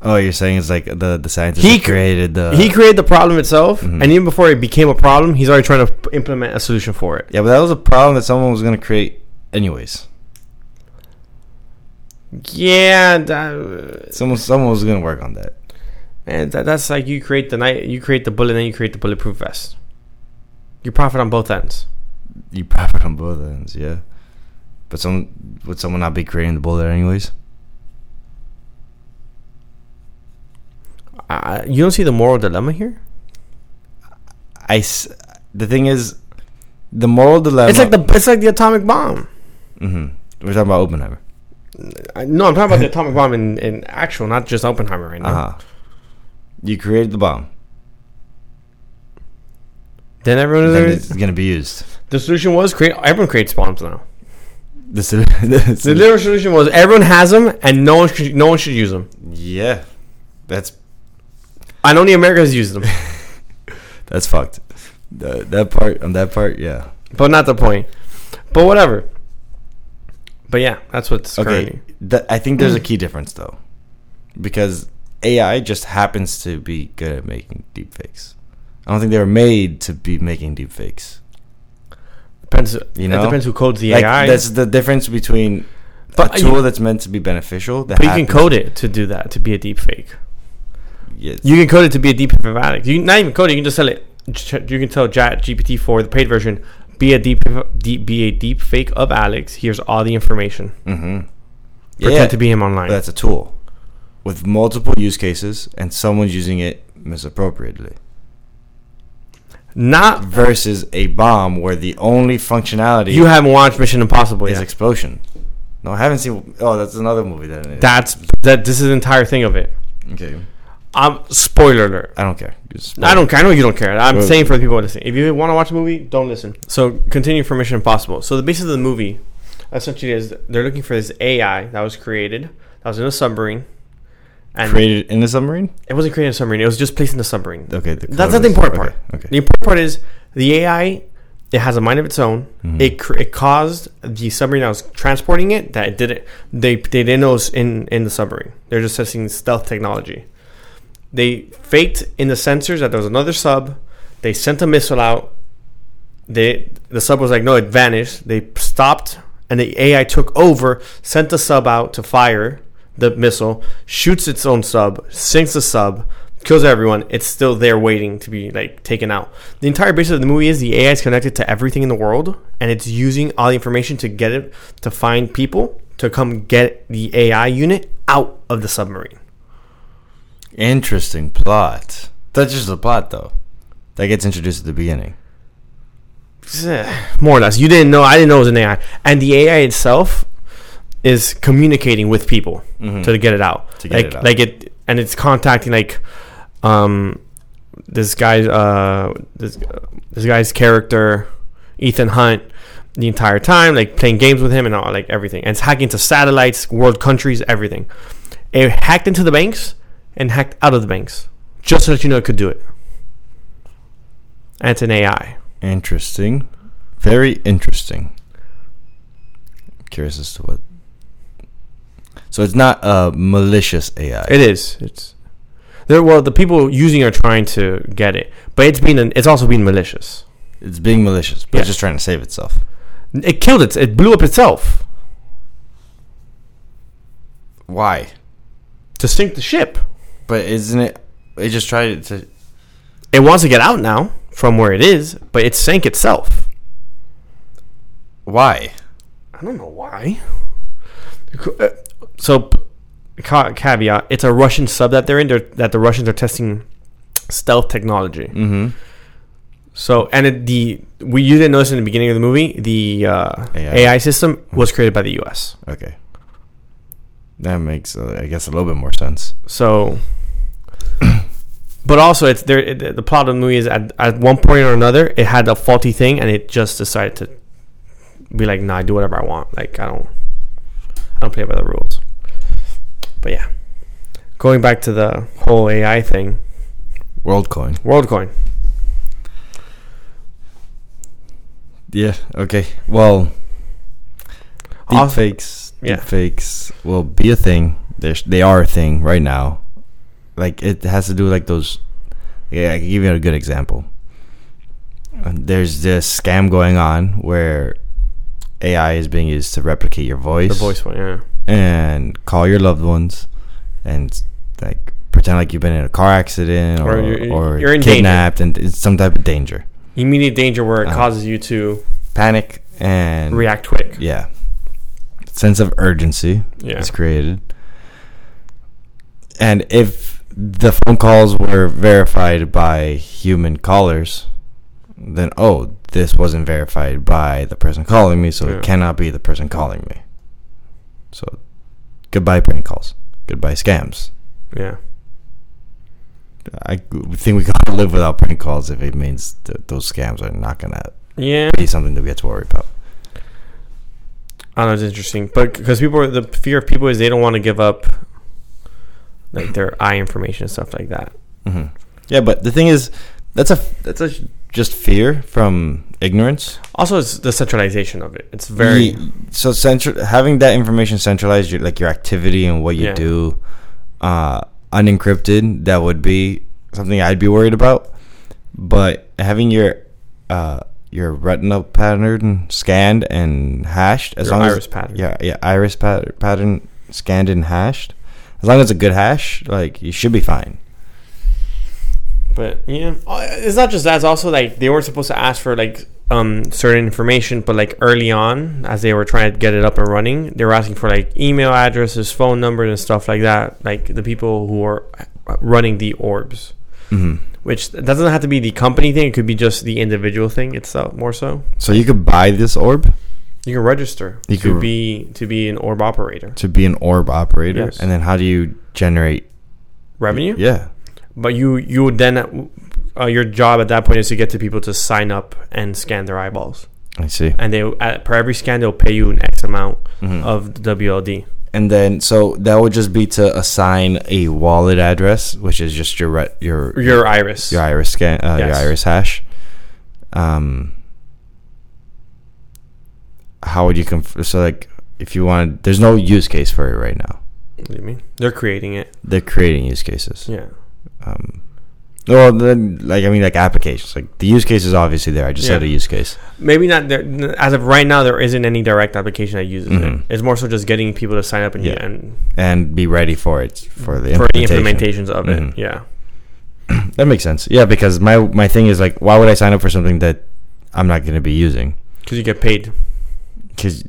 S1: Oh, you're saying it's like the the scientist
S2: He
S1: that
S2: cr-
S1: created the
S2: he created the problem itself,
S1: Mhm.
S2: and even before it became a problem, he's already trying to p- implement a solution for it.
S1: yeah, but that was a problem that someone was going to create anyways.
S2: Yeah, that,
S1: Someone someone was going to work on that.
S2: and that, that's like you create the night, you create the bullet, then you create the bulletproof vest. You profit on both ends.
S1: You profit on both ends, yeah. But some would someone not be creating the bullet anyways?
S2: Uh, you don't see the moral dilemma here.
S1: I s- the thing is, the moral dilemma.
S2: It's like the it's like the atomic bomb.
S1: Mhm. we're talking about Oppenheimer.
S2: I, no, I'm talking about the atomic bomb in, in actual, not just Oppenheimer right now.
S1: Uh huh. You created the bomb.
S2: Then everyone
S1: Then
S2: is
S1: it's going to be used.
S2: the solution was create. Everyone creates bombs now.
S1: The, sol- the
S2: The
S1: sol-
S2: literal solution was everyone has them and no one should, no one should use them.
S1: yeah, that's
S2: And only Americans use them,
S1: that's fucked. The, that part on that part, yeah.
S2: but not the point. But whatever. But yeah, that's what's
S1: Okay,
S2: currently.
S1: th- I think there's a key difference though, because AI just happens to be good at making deepfakes. I don't think they were made to be making deepfakes.
S2: Depends.
S1: You
S2: it
S1: know?
S2: depends who codes the
S1: Like,
S2: AI.
S1: that's the difference between
S2: But, uh,
S1: a
S2: you-
S1: tool that's meant to be beneficial. That
S2: but you can
S1: happens-
S2: code it to do that to be a deep fake.
S1: Yes.
S2: You can code it to be a deep fake addict. You not even code it. You can just tell it. You can tell Chat GPT four the paid version. Be a deep, deep, be a deep fake of Alex. Here's all the information.
S1: mm-hmm.
S2: Pretend to be him online.
S1: But that's a tool with multiple use cases, and someone's using it misappropriately.
S2: Not
S1: Versus a bomb where the only functionality
S2: you haven't watched Mission Impossible
S1: is
S2: yet.
S1: explosion. No, I haven't seen. Oh, that's another movie that. it is.
S2: That's that. This is the entire thing of it.
S1: okay.
S2: I'm spoiler alert.
S1: I don't care. Just-
S2: I don't. care. I know you don't care. I'm
S1: Well-
S2: saying for the people listening. If you want to watch a movie, don't listen. So continue for Mission Impossible. So the basis of the movie, essentially, is they're looking for this AI that was created that was in a submarine, and
S1: created in the submarine.
S2: it wasn't created in a submarine. It was just placed in a submarine.
S1: Okay, the
S2: That's not
S1: clothes.
S2: the important
S1: Okay,
S2: part.
S1: okay.
S2: The important part is the AI. It has a mind of its own. It cr- it caused the submarine that was transporting it that it didn't. They they didn't know it was in in the submarine. They're just testing stealth technology. They faked in the sensors that there was another sub. They sent a missile out. They the sub was like no, it vanished. They stopped and the AI took over. Sent the sub out to fire the missile. Shoots its own sub. Sinks the sub. kills everyone. It's still there waiting to be like taken out. The entire basis of the movie is the AI is connected to everything in the world, and it's using all the information to get it to find people to come get the AI unit out of the submarine.
S1: Interesting plot. That's just the plot, though. That gets introduced at the beginning.
S2: More or less, you didn't know. I didn't know it was an AI, and the AI itself is communicating with people to get it out.
S1: Mm-hmm. To get
S2: like,
S1: it out.
S2: like it, and it's contacting like, um, this guy, uh, this this guy's character, Ethan Hunt, the entire time, like playing games with him and all, like everything. And it's hacking into satellites, world countries, everything. It hacked into the banks and hacked out of the banks, just so that you know it could do it. And it's an AI.
S1: Interesting. Very interesting. Curious as to what. So it's not a malicious AI.
S2: It is. It's there. Well, the people using it are trying to get it, but it's being an, it's also being malicious.
S1: It's being malicious, but
S2: Yeah.
S1: it's just trying to save itself.
S2: It killed it. It blew up itself
S1: Why?
S2: to sink the ship.
S1: But isn't it? It just tried to.
S2: It wants to get out now from where it is, but it sank itself.
S1: Why?
S2: I don't know why. So, ca- caveat: It's a Russian sub that they're in. They're, that the Russians are testing stealth technology.
S1: Mm-hmm.
S2: So, and it, the we you didn't notice in the beginning of the movie the uh,
S1: AI.
S2: AI system was created by the U.S.
S1: Okay. That makes, uh, I guess, a little bit more sense.
S2: So, but also it's there. It, the plot of the movie is at, at one point or another, it had a faulty thing, and it just decided to be like, "Nah, I do whatever I want. Like, I don't, I don't play by the rules." But yeah, going back to the whole AI thing,
S1: WorldCoin.
S2: WorldCoin.
S1: Yeah. Okay. Well, deep
S2: Also-
S1: fakes,
S2: yeah.
S1: deep fakes will be a thing. They're, they are a thing right now. Like it has to do with like those. Yeah, I can give you a good example. Uh, There's this scam going on where AI is being used to replicate your
S2: The
S1: voice,
S2: voice one, yeah.
S1: and call your loved ones, and like pretend like you've been in a car accident or
S2: Or
S1: or,
S2: you're- you're in danger.
S1: kidnapped and it's some type of danger.
S2: Immediate danger where it
S1: Uh-huh.
S2: causes you to
S1: Panic and
S2: react quick.
S1: yeah sense of urgency
S2: Yeah.
S1: is created and if the phone calls were verified by human callers then oh this wasn't verified by the person calling me so
S2: Yeah.
S1: it cannot be the person calling me so goodbye prank calls goodbye scams
S2: Yeah.
S1: i g- think we gotta live without prank calls if it means that those scams are not gonna
S2: Yeah.
S1: be something that we have to worry about
S2: I don't know. It's interesting, but because people, are, the fear of people is they don't want to give up like their eye information and stuff like that.
S1: hmm Yeah, but the thing is, that's a that's a just fear from ignorance.
S2: Also, it's the centralization of it. It's very
S1: Ye- so central having that information centralized, your, like your activity and what you
S2: Yeah.
S1: do, uh, unencrypted. That would be something I'd be worried about. But having your uh, your retinal pattern scanned and hashed, as
S2: Your
S1: long
S2: iris
S1: as
S2: pattern.
S1: yeah, yeah, iris pat- pattern scanned and hashed. As long as it's a good hash, like you should be fine.
S2: But yeah, Uh, it's not just that. It's also like they weren't supposed to ask for like um certain information, but like early on, as they were trying to get it up and running, they were asking for like email addresses, phone numbers, and stuff like that. Like the people who are uh, running the orbs, Mm-hmm.
S1: hmm
S2: which doesn't have to be the company thing. It could be just the individual thing itself, more so.
S1: So you could buy this orb.
S2: You can register
S1: You
S2: to
S1: can-
S2: be to be an orb operator.
S1: to be an orb operator
S2: Yes.
S1: and then how do you generate
S2: Revenue,
S1: yeah
S2: but you you would then uh, your job at that point is to get to people to sign up and scan their eyeballs,
S1: i see
S2: and they at, per every scan they'll pay you an X amount
S1: Mhm.
S2: of the WLD.
S1: and then so that would just be to assign a wallet address which is just your re- your
S2: Your iris,
S1: your iris scan uh,
S2: Yes.
S1: your iris hash um how would you conf- so like if you wanted there's no use case for it right now
S2: What do you mean? They're creating it.
S1: they're creating use cases
S2: Yeah,
S1: um well then like i mean like applications like the use case is obviously there i just said
S2: Yeah.
S1: a use case
S2: maybe not. There, n- as of right now, there isn't any direct application that uses
S1: Mhm.
S2: it. It's more so just getting people to sign up and
S1: Yeah.
S2: and
S1: and be ready for it for the
S2: for any
S1: implementation.
S2: implementations of
S1: Mhm.
S2: it. Yeah,
S1: that makes sense. Yeah, because my my thing is like, why would I sign up for something that I'm not going to be using? uh,
S2: because you get paid.
S1: Because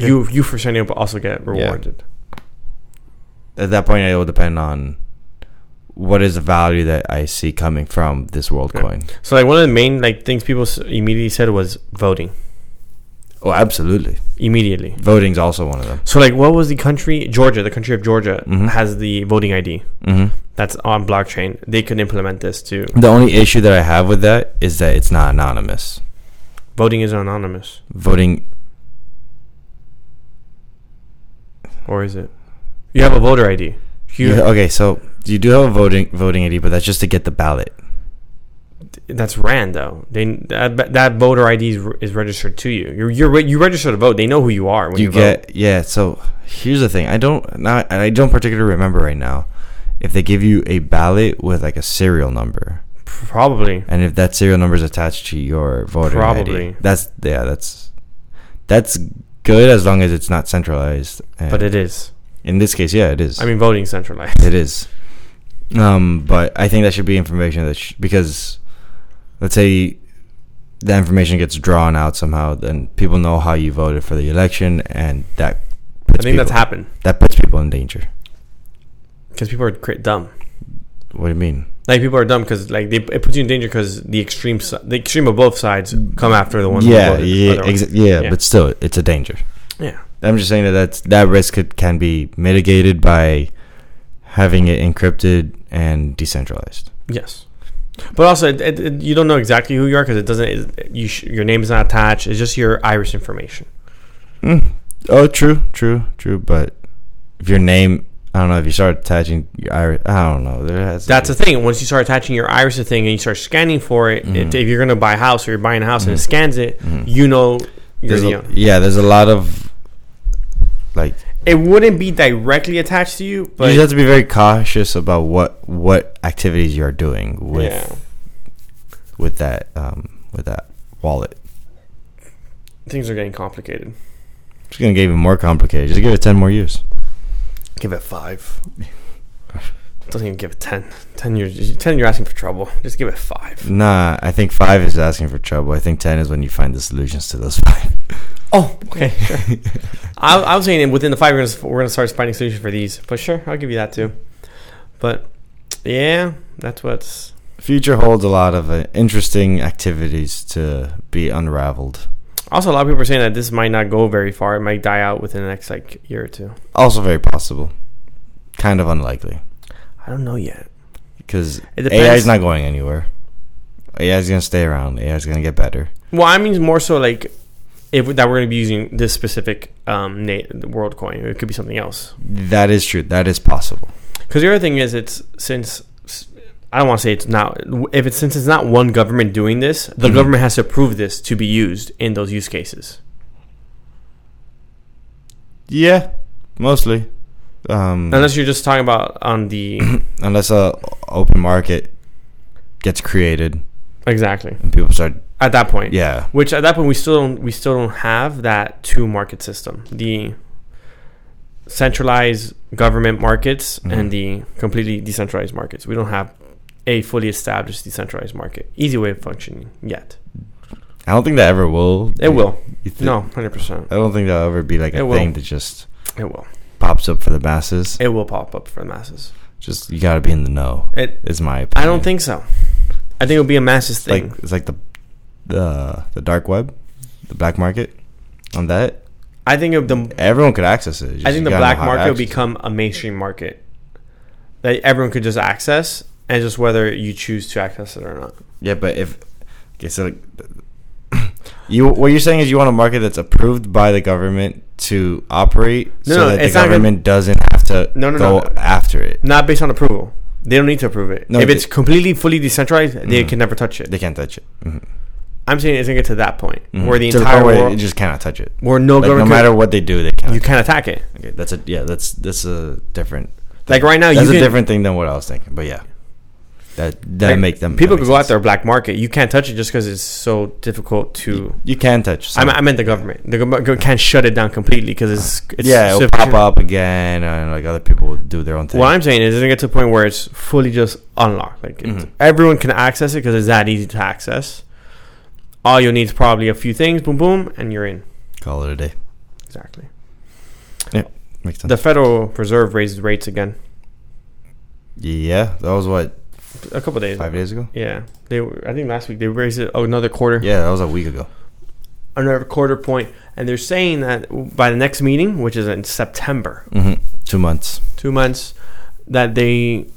S2: You you for signing up also get rewarded.
S1: at that point, it will depend on what is the value that I see coming from this world
S2: Yeah.
S1: coin.
S2: So like one of the main like things people s- immediately said was voting
S1: Oh, absolutely.
S2: immediately.
S1: Voting's also one of them.
S2: So like what was the country Georgia? The country of Georgia
S1: Mhm.
S2: has the voting ID
S1: hmm
S2: that's on blockchain. They could implement this too.
S1: The only issue that I have with that is that it's not anonymous.
S2: Voting is anonymous,
S1: Voting,
S2: or is it? You have a voter ID. You,
S1: you- okay, so you do have a voting voting ID, but that's just to get the ballot.
S2: That's RAND though. They that, that voter ID is, is registered to you. You're, you're re- you register to vote. They know who you are when you,
S1: you
S2: vote.
S1: get yeah. So here's the thing. I don't not and I don't particularly remember right now if they give you a ballot with like a serial number,
S2: Probably.
S1: and if that serial number is attached to your voter
S2: Probably.
S1: ID. That's yeah. That's that's good as long as it's not centralized. And
S2: But it is.
S1: in this case, yeah, it is.
S2: I mean, voting centralized.
S1: It is. Um, but I think that should be information that sh- because let's say the information gets drawn out somehow, then people know how you voted for the election, and that
S2: I
S1: puts
S2: think that's
S1: people-
S2: happened
S1: that puts people in danger.
S2: because people are cra- dumb.
S1: What do you mean?
S2: Like people are dumb because like they, it puts you in danger because the extreme si- the extreme of both sides come after the one. who
S1: yeah,
S2: voted
S1: yeah,
S2: otherwise.
S1: exa- yeah,
S2: Yeah.
S1: but still, it's a danger.
S2: yeah.
S1: I'm just saying that that's, that risk could, can be mitigated by having it encrypted and decentralized.
S2: Yes, but also it, it, it- you don't know exactly who you are because it doesn't. It, you sh- your name is not attached. It's just your Irish information.
S1: Mm. Oh, true, true, true. But if your name, I don't know, if you start attaching your Irish, I don't know. There has to
S2: That's
S1: be-
S2: the thing. Once you start attaching your iris to thing and you start scanning for it, it-
S1: Mhm.
S2: if you're going to buy a house or you're buying a house and it
S1: Mhm.
S2: scans it,
S1: Mhm.
S2: you know you're
S1: There's
S2: the
S1: a,
S2: owner.
S1: yeah, there's a lot of like
S2: It wouldn't be directly attached to you,
S1: you
S2: but
S1: just have to be very cautious about what what activities you are doing with
S2: yeah.
S1: with that um, with that wallet.
S2: things are getting complicated.
S1: It's gonna get even more complicated. Just give it ten more years.
S2: Give it five. Doesn't even give it ten. Ten years. Ten, you're asking for trouble. Just give it five.
S1: Nah, I think five is asking for trouble. I think ten is when you find the solutions to those five.
S2: Oh, okay. Sure. I, I was saying that within the five years we're gonna start finding solutions for these, but sure, I'll give you that too. But yeah, that's what's.
S1: Future holds a lot of uh, interesting activities to be unraveled.
S2: Also, a lot of people are saying that this might not go very far. It might die out within the next like year or two.
S1: Also, very possible. Kind of unlikely
S2: I don't know yet.
S1: because AI
S2: It depends.
S1: is not going anywhere. AI is gonna stay around. AI is gonna get better.
S2: well, I mean more so like if that we're gonna be using this specific um na- world coin. It could be something else.
S1: That is true. That is possible.
S2: Because the other thing is, it's since I don't want to say it's not if it's since it's not one government doing this, the
S1: Mhm.
S2: government has to approve this to be used in those use cases.
S1: Yeah, mostly. Um, unless
S2: Unless you're just talking about on the
S1: a open market gets created
S2: exactly
S1: and people start,
S2: at that point,
S1: yeah,
S2: Which at that point we still don't we still don't have that two market system. The centralized government markets and
S1: Mhm.
S2: the completely decentralized markets. We don't have a fully established decentralized market. Easy way of functioning yet.
S1: I don't think that ever will.
S2: It will.
S1: You thi-
S2: No, hundred percent.
S1: I don't think that'll ever be like
S2: It
S1: a
S2: will.
S1: thing that just
S2: It will.
S1: pops up for the masses.
S2: It will pop up for the masses.
S1: Just you gotta be in the know.
S2: It
S1: Is my
S2: I
S1: opinion.
S2: don't think so. I think it'll be a masses
S1: like
S2: thing.
S1: it's like the the the dark web, the black market. On that,
S2: I think of the
S1: everyone could access it.
S2: I think the black market will become a mainstream market that everyone could just access, and just whether you choose to access it or not.
S1: Yeah, but if okay, so like, you what you're saying is you want a market that's approved by the government to operate,
S2: No,
S1: so
S2: no,
S1: that the
S2: it's not gonna-
S1: government doesn't have to
S2: No, no,
S1: go
S2: no, no.
S1: after it.
S2: Not based on approval. They don't need to approve it.
S1: No,
S2: if
S1: they-
S2: it's completely fully decentralized, they
S1: Mhm.
S2: can never touch it.
S1: They can't touch it. Mhm.
S2: I'm saying it's gonna get to that point
S1: Mhm.
S2: where the
S1: To
S2: entire
S1: point where
S2: world,
S1: you just cannot touch it.
S2: where no
S1: Like, no
S2: government, can-
S1: matter what they do, they can't.
S2: you can attack it.
S1: okay, that's a yeah. That's that's a different.
S2: Like right now,
S1: That's
S2: you
S1: a
S2: can,
S1: different thing than what I was thinking. But yeah, that that
S2: Like,
S1: make them
S2: People
S1: that
S2: could
S1: makes
S2: go out
S1: sense.
S2: there black market. You can't touch it just because it's so difficult to.
S1: You can touch.
S2: I,
S1: some.
S2: me- I meant the government. The government can't shut it down completely because it's, it's
S1: yeah, it'll
S2: sufficient-
S1: pop up again, and like other people will do their own thing.
S2: What I'm saying is, it's gonna get to the point where it's fully just unlocked. Like it's-
S1: Mhm.
S2: everyone can access it because it's that easy to access. All you'll need is probably a few things. Boom, boom, and you're in.
S1: Call it a day.
S2: Exactly.
S1: Makes sense.
S2: The Federal Reserve raises rates again.
S1: yeah, that was what
S2: A couple days.
S1: five days ago.
S2: Yeah, they. Were, I think last week they raised it oh, another quarter,
S1: Yeah, that was a week ago.
S2: another quarter point, and they're saying that by the next meeting, which is in September,
S1: hmm Two months.
S2: two months, that they,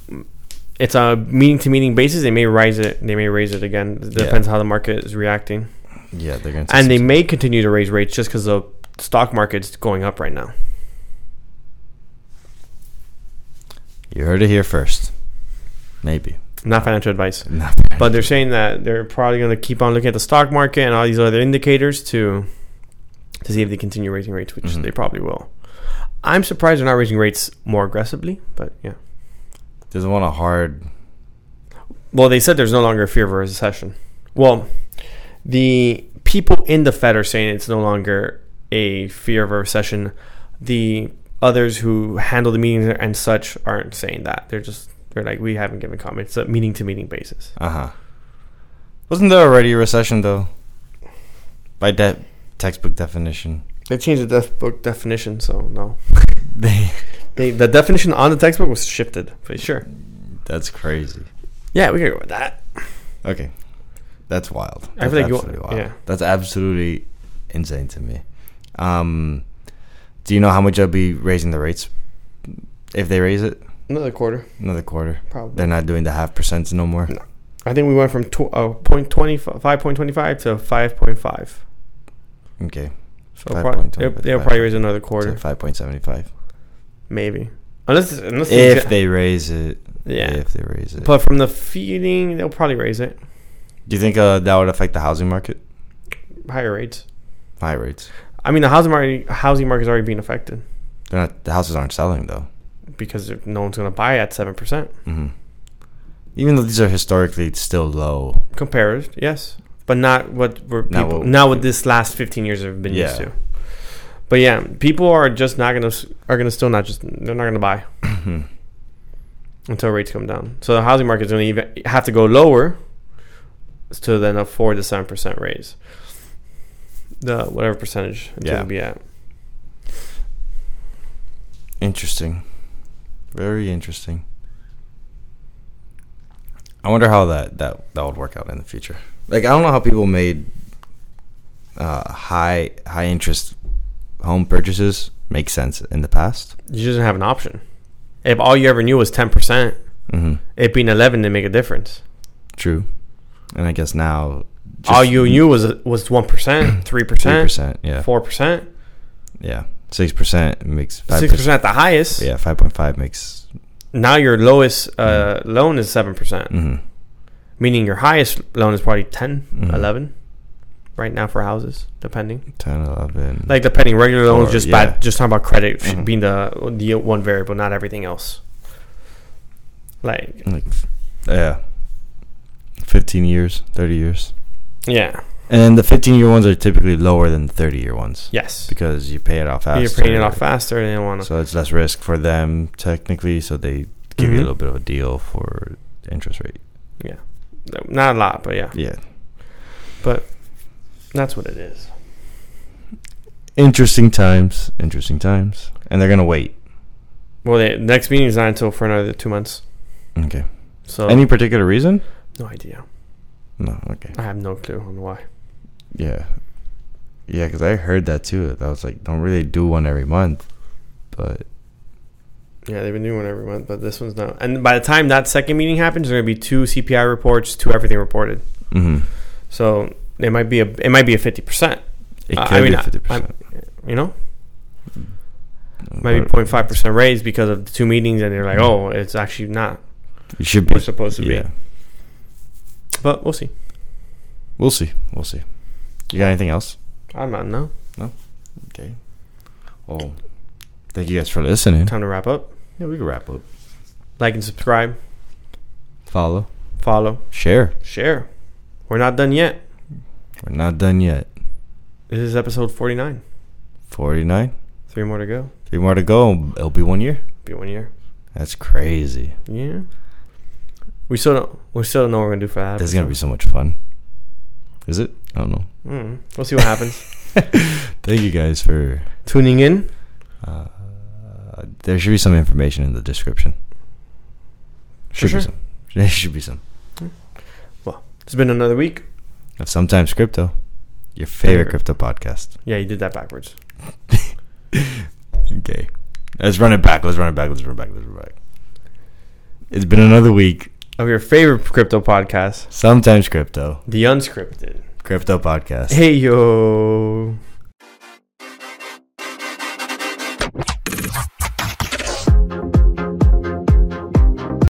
S2: it's a meeting to meeting basis. They may raise it. They may raise it again. It
S1: Yeah.
S2: depends how the market is reacting,
S1: Yeah, they're gonna. say
S2: and they
S1: something.
S2: may continue to raise rates just because the stock market's going up right now.
S1: You heard it here first. Maybe.
S2: Not financial advice,
S1: No.
S2: but they're saying that they're probably going to keep on looking at the stock market and all these other indicators to to see if they continue raising rates, which
S1: Mhm.
S2: they probably will. I'm surprised they're not raising rates more aggressively, but yeah.
S1: doesn't want a hard.
S2: Well, they said there's no longer a fear of a recession. Well, the people in the Fed are saying it's no longer a fear of a recession. The others who handle the meetings and such aren't saying that. They're just they're like we haven't given comments. It's a meeting to meeting basis.
S1: Uh huh. Wasn't there already a recession though? By de- textbook definition,
S2: They changed the def- book definition, so no.
S1: they.
S2: They, the definition on the textbook was shifted for sure.
S1: That's crazy.
S2: Yeah, we can go with that.
S1: Okay, that's wild.
S2: I
S1: That's
S2: feel like you-
S1: absolutely wild.
S2: yeah.
S1: That's absolutely insane to me. Um, do you know how much I'll be raising the rates if they raise it
S2: Another quarter,
S1: another quarter?
S2: probably.
S1: They're not doing the half percents no more.
S2: No. I think we went from tw- uh, 0.25 5.25 to 5.5.
S1: Okay,
S2: So probably, they'll,
S1: 5.25,
S2: they'll
S1: five.
S2: probably raise another quarter,
S1: so five point seventy five.
S2: maybe. Unless, unless
S1: If they raise it,
S2: yeah.
S1: If they raise it,
S2: But from the feeding, they'll probably raise it
S1: do you think uh, that would affect the housing market?
S2: higher rates.
S1: High rates.
S2: I mean, the housing market housing market's already being affected
S1: They're not. The houses aren't selling though.
S2: because if no one's going to buy at seven percent.
S1: hmm Even though these are historically still low.
S2: Compared, yes, but not what we're people,
S1: Not
S2: not
S1: what-
S2: what, this last fifteen years have been used
S1: Yeah.
S2: to. But yeah, people are just not going to are going to still not just they're not going to buy until rates come down. So the housing market's going to even have to go lower to then afford the seven percent raise. The whatever percentage it's
S1: Yeah.
S2: going to be at.
S1: Interesting. Very interesting. I wonder how that that that would work out in the future. Like I don't know how people made uh, high high interest home purchases make sense in the past.
S2: You just don't have an option. If all you ever knew was ten percent,
S1: Mm-hmm.
S2: it being eleven didn't make a difference.
S1: True. And I guess now
S2: all Oh, you knew was was one percent, three
S1: three
S2: percent,
S1: percent. Yeah,
S2: four percent,
S1: yeah. Six percent makes five
S2: six percent at the highest.
S1: Yeah, five point five makes.
S2: Now your lowest uh,
S1: Mm-hmm.
S2: loan is seven percent.
S1: hmm
S2: meaning your highest loan is probably 10
S1: Mhm.
S2: 11 right now for houses depending
S1: 10, 11.
S2: like depending regular loans
S1: Or-
S2: just
S1: yeah.
S2: bad just talking about credit sh-
S1: Mhm.
S2: being the the one variable not everything else like
S1: like f- yeah, fifteen years, thirty years.
S2: yeah
S1: And then the 15 year ones are typically lower than the 30 year ones
S2: yes
S1: because you pay it off faster.
S2: you're paying it off faster than you want to
S1: So it's less risk for them technically. So they give you
S2: Mhm.
S1: a little bit of a deal for interest rate.
S2: not a lot but yeah
S1: Yeah.
S2: but that's what it is
S1: Interesting times. Interesting times. And they're going to wait.
S2: well the next meeting is not until for another two months
S1: Okay.
S2: so
S1: Any particular reason?
S2: no idea
S1: No. Okay.
S2: i have no clue on why
S1: Yeah. Yeah, because I heard that too. I was like, don't really do one every month. But
S2: yeah they've been doing one every month but this one's not and by the time that second meeting happens there's going to be two cpi reports two everything reported Mm-hmm.
S1: mhm.
S2: So it might be a it might be a fifty percent.
S1: it could
S2: I- I mean,
S1: be
S2: I-
S1: 50%.
S2: You know, might be 05 percent raise because of the two meetings, and they're like, oh, it's actually not
S1: You should
S2: what
S1: be.
S2: it's supposed to
S1: Yeah.
S2: be. But we'll see.
S1: We'll see. We'll see. You got anything else?
S2: I'm not know.
S1: Okay. Well, thank you guys for listening.
S2: Time to wrap up.
S1: Yeah, we can wrap up.
S2: Like and subscribe.
S1: Follow.
S2: Follow.
S1: Share.
S2: Share. We're not done yet.
S1: We're not done yet.
S2: This is episode 49.
S1: 49.
S2: Three more to go.
S1: Three more to go. It'll be one year.
S2: Be one year.
S1: That's crazy.
S2: Yeah. We still don't. We still don't know what we're gonna do for that.
S1: This is gonna be so much fun. Is it? I don't know.
S2: Mm, we'll see what happens.
S1: Thank you guys for.
S2: Tuning in.
S1: Uh, there should be some information in the description. Should
S2: sure.
S1: be some. There should be some.
S2: It's been another week.
S1: Of sometimes crypto, your favorite
S2: Favorite.
S1: crypto podcast.
S2: Yeah, you did that backwards.
S1: Okay, let's run it back. Let's run it back. Let's run it back. Let's run it back. It's been another week.
S2: Of your favorite crypto podcast,
S1: Sometimes crypto,
S2: the unscripted.
S1: crypto podcast.
S2: Hey yo.